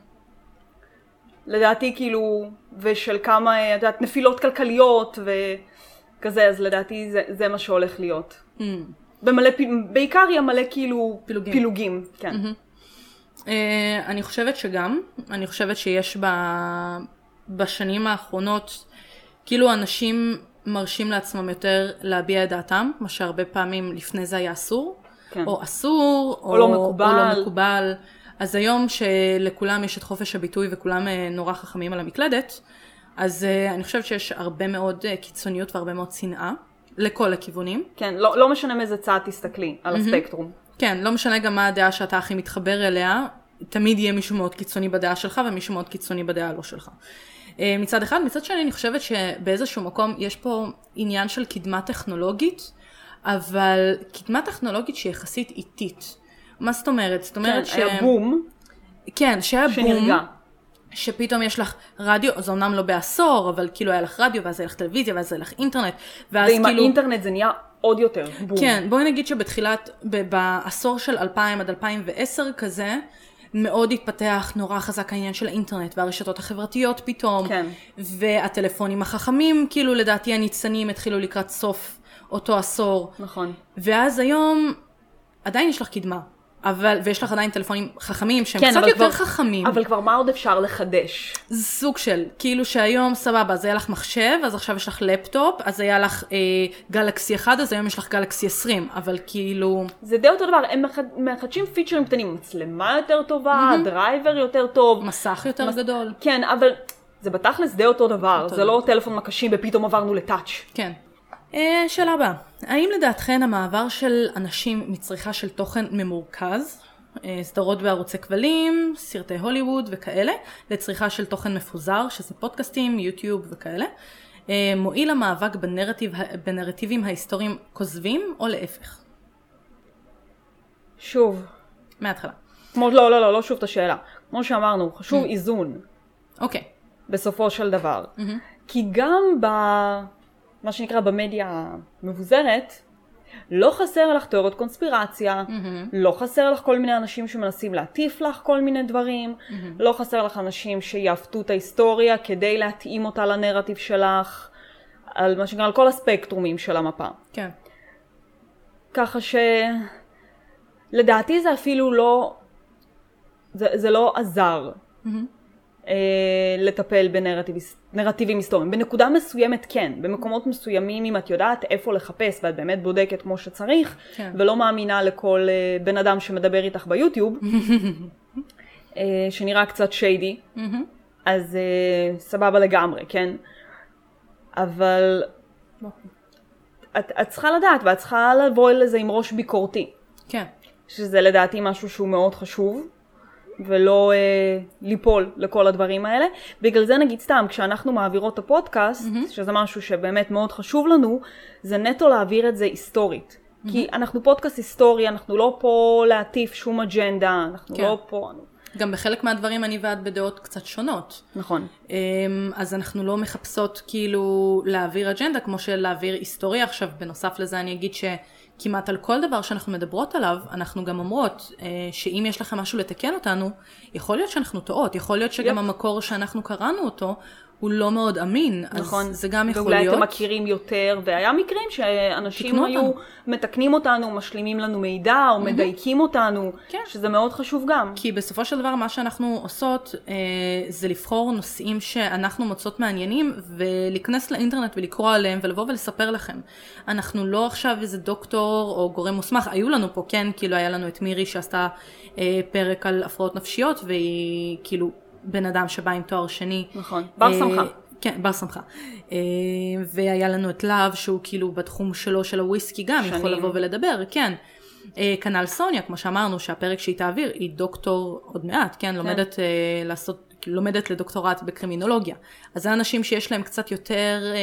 Speaker 2: לדעתי כאילו, ושל כמה, אה, את יודעת, נפילות כלכליות וכזה, אז לדעתי זה, זה מה שהולך להיות.
Speaker 1: Mm.
Speaker 2: במלא, פ- בעיקר יהיה מלא כאילו
Speaker 1: פילוגים.
Speaker 2: פילוגים כן.
Speaker 1: אה, אני חושבת שגם, אני חושבת שיש ב... בשנים האחרונות, כאילו אנשים מרשים לעצמם יותר להביע את דעתם, מה שהרבה פעמים לפני זה היה אסור,
Speaker 2: כן.
Speaker 1: או אסור, או,
Speaker 2: לא מקובל.
Speaker 1: או לא מקובל. אז היום שלכולם יש את חופש הביטוי וכולם אה, נורא חכמים על המקלדת, אז אה, אני חושבת שיש הרבה מאוד אה, קיצוניות והרבה מאוד שנאה, לכל הכיוונים.
Speaker 2: כן, לא, לא משנה מאיזה צד תסתכלי על הספקטרום.
Speaker 1: כן, לא משנה גם מה הדעה שאתה הכי מתחבר אליה, תמיד יהיה מישהו מאוד קיצוני בדעה שלך ומישהו מאוד קיצוני בדעה הלא שלך. אה, מצד אחד, מצד שני אני חושבת שבאיזשהו מקום יש פה עניין של קדמה טכנולוגית, אבל קדמה טכנולוגית שהיא יחסית איטית. מה זאת אומרת? זאת
Speaker 2: כן,
Speaker 1: אומרת ש...
Speaker 2: היה בום
Speaker 1: כן, שהיה בום,
Speaker 2: שנרגע.
Speaker 1: שפתאום יש לך רדיו, זה אמנם לא בעשור, אבל כאילו היה לך רדיו, ואז היה לך טלוויזיה, ואז היה לך אינטרנט, ואז
Speaker 2: ועם
Speaker 1: כאילו...
Speaker 2: האינטרנט זה נהיה עוד יותר בום.
Speaker 1: כן, בואי נגיד שבתחילת, ב- בעשור של 2000 עד 2010 כזה, מאוד התפתח נורא חזק העניין של האינטרנט והרשתות החברתיות פתאום,
Speaker 2: כן.
Speaker 1: והטלפונים החכמים, כאילו לדעתי הניצנים התחילו לקראת סוף אותו עשור,
Speaker 2: נכון.
Speaker 1: ואז היום עדיין יש לך קדמה, אבל, ויש לך עדיין טלפונים חכמים שהם קצת
Speaker 2: כן, אבל
Speaker 1: יותר
Speaker 2: כבר-
Speaker 1: חכמים.
Speaker 2: אבל כבר מה עוד אפשר לחדש?
Speaker 1: סוג של, כאילו שהיום סבבה, אז היה לך מחשב, אז עכשיו יש לך לפטופ, אז היה לך אה, גלקסי 1, אז היום יש לך גלקסי 20, אבל כאילו...
Speaker 2: זה די אותו דבר, הם מח- מחדשים פיצ'רים קטנים, מצלמה יותר טובה, דרייבר יותר טוב.
Speaker 1: מסך יותר
Speaker 2: מס-
Speaker 1: גדול.
Speaker 2: כן, אבל זה בתכלס די אותו דבר,
Speaker 1: אותו
Speaker 2: זה
Speaker 1: דבר.
Speaker 2: לא טלפון מקשים ופתאום עברנו לטאץ'.
Speaker 1: כן. אה, שאלה הבאה, האם לדעתכן המעבר של אנשים מצריכה של תוכן ממורכז, אה, סדרות בערוצי כבלים, סרטי הוליווד וכאלה, לצריכה של תוכן מפוזר, שזה פודקאסטים, יוטיוב וכאלה, אה, מועיל המאבק בנרטיב, בנרטיבים ההיסטוריים כוזבים, או להפך?
Speaker 2: שוב,
Speaker 1: מההתחלה.
Speaker 2: כמו, לא, לא, לא, לא שוב את השאלה. כמו שאמרנו, חשוב איזון
Speaker 1: אוקיי.
Speaker 2: בסופו של דבר. כי גם ב... מה שנקרא במדיה המבוזרת, לא חסר לך תיאוריות קונספירציה, לא חסר לך כל מיני אנשים שמנסים להטיף לך כל מיני דברים, לא חסר לך אנשים שיעוותו את ההיסטוריה כדי להתאים אותה לנרטיב שלך, על מה שנקרא, על כל הספקטרומים של המפה.
Speaker 1: כן.
Speaker 2: ככה ש... לדעתי זה אפילו לא... זה, זה לא עזר אה, לטפל בנרטיב- נרטיבים היסטוריים. בנקודה מסוימת כן, במקומות מסוימים אם את יודעת איפה לחפש ואת באמת בודקת כמו שצריך,
Speaker 1: כן.
Speaker 2: ולא מאמינה לכל אה, בן אדם שמדבר איתך
Speaker 1: (laughs)
Speaker 2: ביוטיוב, אה, שנראה קצת שיידי,
Speaker 1: מהמם.
Speaker 2: אז אה, סבבה לגמרי, כן? אבל את, את צריכה לדעת ואת צריכה לבוא לזה עם ראש ביקורתי.
Speaker 1: כן.
Speaker 2: שזה לדעתי משהו שהוא מאוד חשוב, ולא אה, ליפול לכל הדברים האלה. בגלל זה נגיד סתם, כשאנחנו מעבירות את הפודקאסט, mm-hmm. שזה משהו שבאמת מאוד חשוב לנו, זה נטו להעביר את זה היסטורית. Mm-hmm. כי אנחנו פודקאסט היסטורי, אנחנו לא פה להטיף שום אג'נדה, אנחנו
Speaker 1: כן.
Speaker 2: כן. לא פה...
Speaker 1: גם בחלק מהדברים אני ואת בדעות קצת שונות.
Speaker 2: נכון.
Speaker 1: אמ, אז אנחנו לא מחפשות כאילו להעביר אג'נדה כמו שלהעביר היסטוריה. עכשיו, בנוסף לזה אני אגיד שכמעט על כל דבר שאנחנו מדברות עליו, אנחנו גם אומרות אה, שאם יש לכם משהו לתקן אותנו, יכול להיות שאנחנו טועות, יכול להיות שגם
Speaker 2: יפ.
Speaker 1: המקור שאנחנו קראנו אותו, הוא לא מאוד אמין,
Speaker 2: נכון.
Speaker 1: אז זה גם יכול
Speaker 2: ואולי
Speaker 1: להיות.
Speaker 2: אתם מכירים יותר, והיה מקרים שאנשים
Speaker 1: תיקנו
Speaker 2: היו
Speaker 1: אותנו.
Speaker 2: מתקנים אותנו, משלימים לנו מידע, או מדייקים אותנו,
Speaker 1: כן.
Speaker 2: שזה מאוד חשוב גם.
Speaker 1: כי בסופו של דבר מה שאנחנו עושות אה, זה לבחור נושאים שאנחנו מוצאות מעניינים ולהיכנס לאינטרנט ולקרוא עליהם ולבוא ולספר לכם. אנחנו לא עכשיו איזה דוקטור או גורם מוסמך, היו לנו פה כן, כאילו היה לנו את מירי שעשתה אה, פרק על הפרעות נפשיות והיא כאילו בן אדם שבא עם תואר שני.
Speaker 2: נכון. בר
Speaker 1: אה,
Speaker 2: סמכה.
Speaker 1: כן, בר סמכה. אה, והיה לנו את להב שהוא כאילו בתחום שלו של הוויסקי גם,
Speaker 2: שנים.
Speaker 1: יכול לבוא ולדבר, כן. אה, כנ"ל סוניה, כמו שאמרנו, שהפרק שהיא תעביר, היא דוקטור עוד מעט, כן, לומדת אה, לעשות, כאילו, לומדת לדוקטורט בקרימינולוגיה. אז זה אנשים שיש להם קצת יותר אה,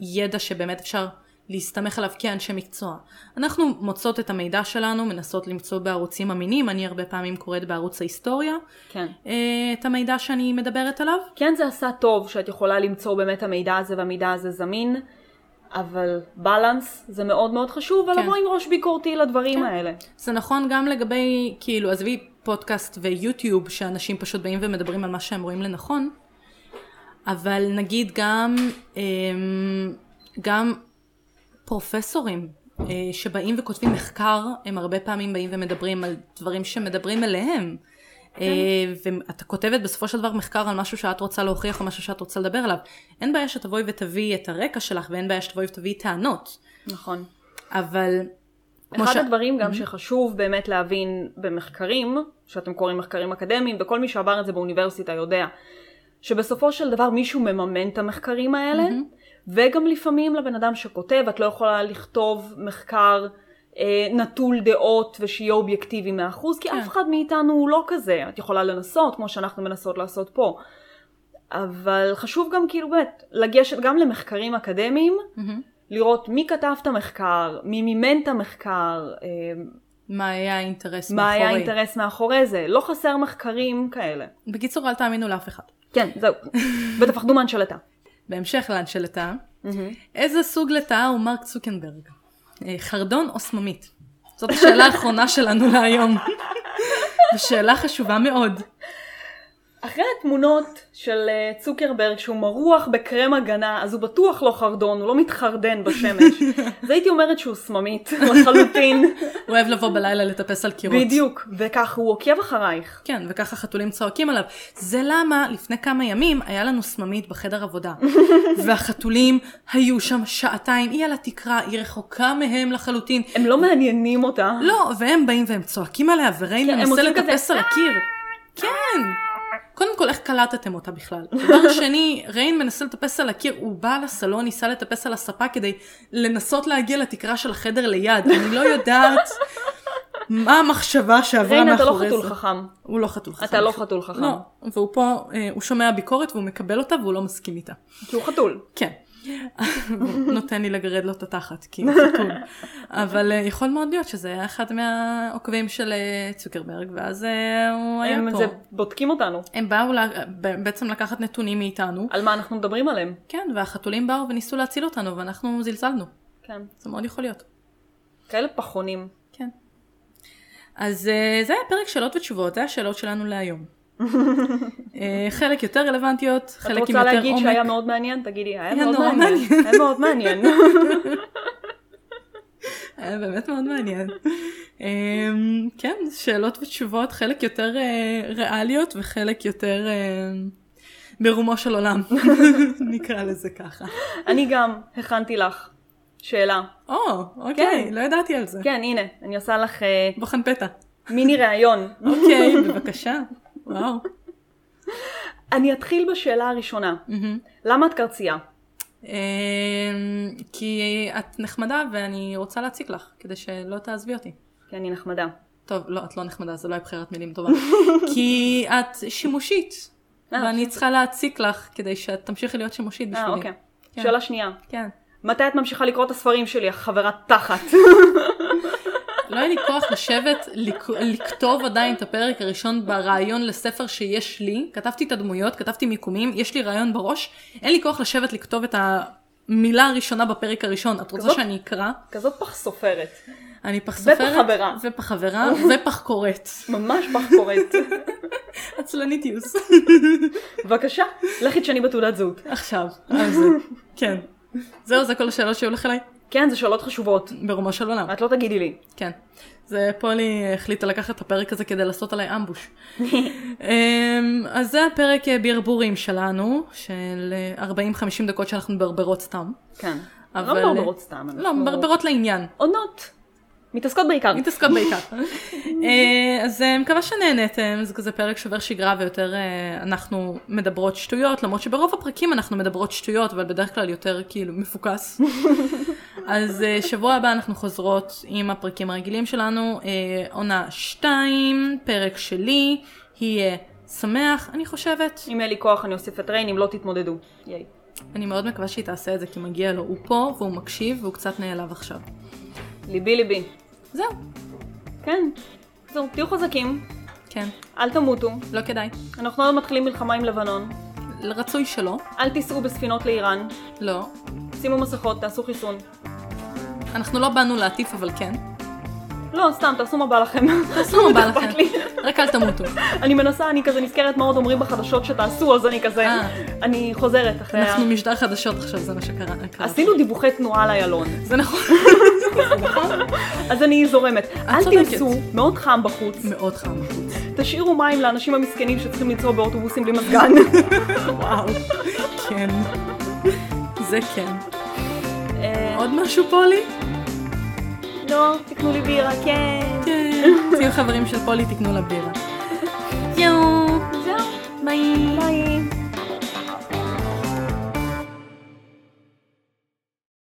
Speaker 1: ידע שבאמת אפשר להסתמך עליו כאנשי מקצוע. אנחנו מוצאות את המידע שלנו, מנסות למצוא בערוצים אמינים, אני הרבה פעמים קוראת בערוץ ההיסטוריה
Speaker 2: כן.
Speaker 1: אה, את המידע שאני מדברת עליו.
Speaker 2: כן זה עשה טוב שאת יכולה למצוא באמת המידע הזה והמידע הזה זמין, אבל בלנס זה מאוד מאוד חשוב, ולבוא עם ראש ביקורתי לדברים האלה.
Speaker 1: זה נכון גם לגבי, כאילו, עזבי פודקאסט ויוטיוב, שאנשים פשוט באים ומדברים על מה שהם רואים לנכון, אבל נגיד גם, אמ, גם פרופסורים אה, שבאים וכותבים מחקר, הם הרבה פעמים באים ומדברים על דברים שמדברים אליהם. אה, ואת כותבת בסופו של דבר מחקר על משהו שאת רוצה להוכיח או משהו שאת רוצה לדבר עליו. אין בעיה שתבואי ותביאי את הרקע שלך ואין בעיה שתבואי ותביאי טענות,
Speaker 2: נכון.
Speaker 1: אבל... כמו
Speaker 2: אחד
Speaker 1: ש- Mhm.
Speaker 2: הדברים גם שחשוב באמת להבין במחקרים, שאתם קוראים מחקרים אקדמיים, וכל מי שעבר את זה באוניברסיטה יודע, שבסופו של דבר מישהו מממן את המחקרים האלה,
Speaker 1: Mhm.
Speaker 2: וגם לפעמים לבן אדם שכותב, את לא יכולה לכתוב מחקר אה, נטול דעות ושיהיה אובייקטיבי מאחוז,
Speaker 1: כן.
Speaker 2: כי אף אחד מאיתנו הוא לא כזה. את יכולה לנסות, כמו שאנחנו מנסות לעשות פה. אבל חשוב גם כאילו באמת לגשת גם למחקרים אקדמיים, לראות מי כתב את המחקר, מי מימן את המחקר, אה,
Speaker 1: מה היה האינטרס
Speaker 2: מה היה
Speaker 1: מאחורי.
Speaker 2: האינטרס מאחורי זה. לא חסר מחקרים כאלה.
Speaker 1: בקיצור, אל תאמינו לאף אחד.
Speaker 2: כן,
Speaker 1: (laughs)
Speaker 2: זהו. ותפחדו מהנשלטה.
Speaker 1: בהמשך להנשלתה, איזה סוג לטאה הוא מרק צוקנברג? אה, חרדון או סממית? זאת השאלה האחרונה שלנו להיום. (laughs) ושאלה חשובה מאוד.
Speaker 2: אחרי התמונות של אה, צוקרברג שהוא מרוח בקרם הגנה, אז הוא בטוח לא חרדון, הוא לא מתחרדן בשמש.
Speaker 1: (laughs)
Speaker 2: אז הייתי אומרת שהוא סממית לחלוטין.
Speaker 1: הוא אוהב לבוא בלילה לטפס על קירות.
Speaker 2: בדיוק. וכך הוא עוקב אחרייך.
Speaker 1: כן, וככה חתולים צועקים עליו. זה למה לפני כמה ימים היה לנו סממית בחדר
Speaker 2: (laughs)
Speaker 1: עבודה. והחתולים היו שם שעתיים, היא על התקרה, היא רחוקה מהם לחלוטין.
Speaker 2: הם לא מעניינים אותה.
Speaker 1: לא, והם באים והם צועקים עליה, וריין
Speaker 2: כן, הם
Speaker 1: מנסה
Speaker 2: עושים כזה, "אה!"
Speaker 1: לטפס על הקיר. כן. קודם כל, איך קלטתם אותה בכלל?
Speaker 2: (laughs)
Speaker 1: דבר שני, ריין מנסה לטפס על הקיר, הוא בא לסלון, ניסה לטפס על הספה כדי לנסות להגיע לתקרה של החדר ליד. אני לא יודעת מה המחשבה שעברה
Speaker 2: ריין, אתה לא
Speaker 1: מאחורי זה.
Speaker 2: חתול חכם.
Speaker 1: הוא לא חתול חכם.
Speaker 2: אתה לא חתול חכם.
Speaker 1: לא, והוא פה, אה, הוא שומע ביקורת והוא מקבל אותה והוא לא מסכים איתה.
Speaker 2: כי הוא חתול. (laughs)
Speaker 1: כן. הוא נותן לי לגרד לו את התחת, כי הוא חתול. אבל אה, יכול מאוד להיות שזה היה אחד מהעוקבים של אה, צוקרברג, ואז אה, הוא היה
Speaker 2: הם
Speaker 1: פה.
Speaker 2: זה בודקים אותנו.
Speaker 1: הם באו לה- ב- בעצם לקחת נתונים מאיתנו,
Speaker 2: על מה אנחנו מדברים עליהם.
Speaker 1: כן, והחתולים באו וניסו להציל אותנו, ואנחנו זלזלנו.
Speaker 2: כן.
Speaker 1: זה מאוד יכול להיות.
Speaker 2: כאלה פחונים.
Speaker 1: כן. אז אה, זה היה פרק שאלות ותשובות, זה השאלות שלנו
Speaker 2: (laughs)
Speaker 1: להיום. אה, חלק יותר רלוונטיות, חלק
Speaker 2: את
Speaker 1: עם יותר
Speaker 2: רוצה
Speaker 1: עומק.
Speaker 2: להגיד שהיה מאוד מעניין? תגידי, היה
Speaker 1: היה
Speaker 2: מאוד
Speaker 1: נורא
Speaker 2: מעניין.
Speaker 1: מעניין.
Speaker 2: היה מאוד מעניין. (laughs)
Speaker 1: היה אה, באמת מאוד מעניין. אמ, כן, שאלות ותשובות, חלק יותר אה, ריאליות וחלק יותר אה, ברומו של עולם, (laughs) נקרא לזה ככה.
Speaker 2: אני גם הכנתי לך שאלה.
Speaker 1: או, אוקיי,
Speaker 2: כן.
Speaker 1: לא ידעתי על זה.
Speaker 2: כן, הנה, אני עושה לך אה,
Speaker 1: בוחן פתע.
Speaker 2: מיני ראיון.
Speaker 1: אוקיי, בבקשה. וואו.
Speaker 2: אני אתחיל בשאלה הראשונה.
Speaker 1: מהמם.
Speaker 2: למה את קרצייה?
Speaker 1: אמ, כי את נחמדה ואני רוצה להציק לך, כדי שלא תעזבי אותי.
Speaker 2: כי אני נחמדה. אה,
Speaker 1: טוב, לא, את לא נחמדה, זו לא הייתה בחירת מילים
Speaker 2: (laughs)
Speaker 1: טובה. כי את שימושית,
Speaker 2: אה,
Speaker 1: ואני צריכה להציק לך כדי שאת תמשיכי להיות שימושית
Speaker 2: אה,
Speaker 1: בשבילי.
Speaker 2: אוקיי.
Speaker 1: כן.
Speaker 2: שאלה שנייה.
Speaker 1: כן.
Speaker 2: מתי את ממשיכה לקרוא את הספרים שלי, החברת תחת?
Speaker 1: לא היה לי כוח לשבת, לק- לכתוב עדיין את הפרק הראשון ברעיון לספר שיש לי. כתבתי את הדמויות, כתבתי מיקומים, יש לי רעיון בראש. אין לי כוח לשבת לכתוב את המילה הראשונה בפרק הראשון. את רוצה
Speaker 2: כזאת-
Speaker 1: שאני אקרא?
Speaker 2: כזאת פח סופרת.
Speaker 1: אני פח סופרת.
Speaker 2: ופח חברה. (laughs)
Speaker 1: ופח חברה, ופח קוראת. (laughs)
Speaker 2: ממש פח קוראת.
Speaker 1: עצלניטיוס.
Speaker 2: בבקשה, לכי תשני בתעודת זהות.
Speaker 1: עכשיו. אז כן. זהו, זה כל השאלות שהיו לך אליי?
Speaker 2: כן, זה שאלות חשובות.
Speaker 1: ברומו של עולם.
Speaker 2: את לא תגידי לי.
Speaker 1: כן. זה פולי החליטה לקחת את הפרק הזה כדי לעשות עליי אמבוש. אמ, אז זה הפרק אה, ברבורים שלנו, של אה, 40-50 דקות שאנחנו מברברות סתם.
Speaker 2: כן.
Speaker 1: אבל-
Speaker 2: לא מברברות סתם.
Speaker 1: לא,
Speaker 2: אנחנו-
Speaker 1: מברברות לעניין.
Speaker 2: עונות. מתעסקות בעיקר.
Speaker 1: מתעסקות בעיקר. אה, אז אה, מקווה שנהנתם, זה כזה פרק שובר שגרה ויותר אה, אנחנו מדברות שטויות, למרות שברוב הפרקים אנחנו מדברות שטויות, אבל בדרך כלל יותר כאילו מפוקס. אז אה, שבוע הבא אנחנו חוזרות עם הפרקים הרגילים שלנו, אה, עונה 2, פרק שלי, יהיה שמח, אני חושבת.
Speaker 2: אם יהיה לי כוח אני אוסיף את ריין, אם לא תתמודדו. ייי.
Speaker 1: אני מאוד מקווה שהיא תעשה את זה, כי מגיע לו, הוא פה והוא מקשיב והוא קצת נעלב עכשיו.
Speaker 2: ליבי ליבי.
Speaker 1: זהו,
Speaker 2: כן. זהו, תהיו חזקים,
Speaker 1: כן,
Speaker 2: אל תמותו.
Speaker 1: לא כדאי.
Speaker 2: אנחנו עוד מתחילים מלחמה עם לבנון.
Speaker 1: רצוי שלא,
Speaker 2: אל תיסעו בספינות לאיראן.
Speaker 1: לא,
Speaker 2: שימו מסכות, תעשו חיסון.
Speaker 1: אנחנו לא באנו להטיף, אבל כן.
Speaker 2: לא, סתם, (laughs) תעשו מה בא לכם.
Speaker 1: תעשו מה בא
Speaker 2: אכפת
Speaker 1: לכם.
Speaker 2: לי.
Speaker 1: רק אל תמותו.
Speaker 2: אני מנסה, אני כזה נזכרת מה עוד אומרים בחדשות שתעשו, אז אני כזה...
Speaker 1: אה.
Speaker 2: אני חוזרת אחרי ה...
Speaker 1: אנחנו משדר חדשות עכשיו, זה מה שקרה. קרה.
Speaker 2: (laughs) עשינו דיווחי תנועה על איילון,
Speaker 1: זה נכון. (laughs)
Speaker 2: אז אני זורמת. אל
Speaker 1: צודקת.
Speaker 2: תיסעו, מאוד חם בחוץ.
Speaker 1: מאוד חם בחוץ.
Speaker 2: תשאירו מים לאנשים המסכנים שצריכים לנסוע באוטובוסים בלי מזגן. (laughs)
Speaker 1: וואו. כן. זה כן.
Speaker 2: אה,
Speaker 1: עוד משהו פולי?
Speaker 2: לא, תקנו לי בירה, כן.
Speaker 1: כן. תהיו חברים של פולי, תקנו לה בירה. יואו.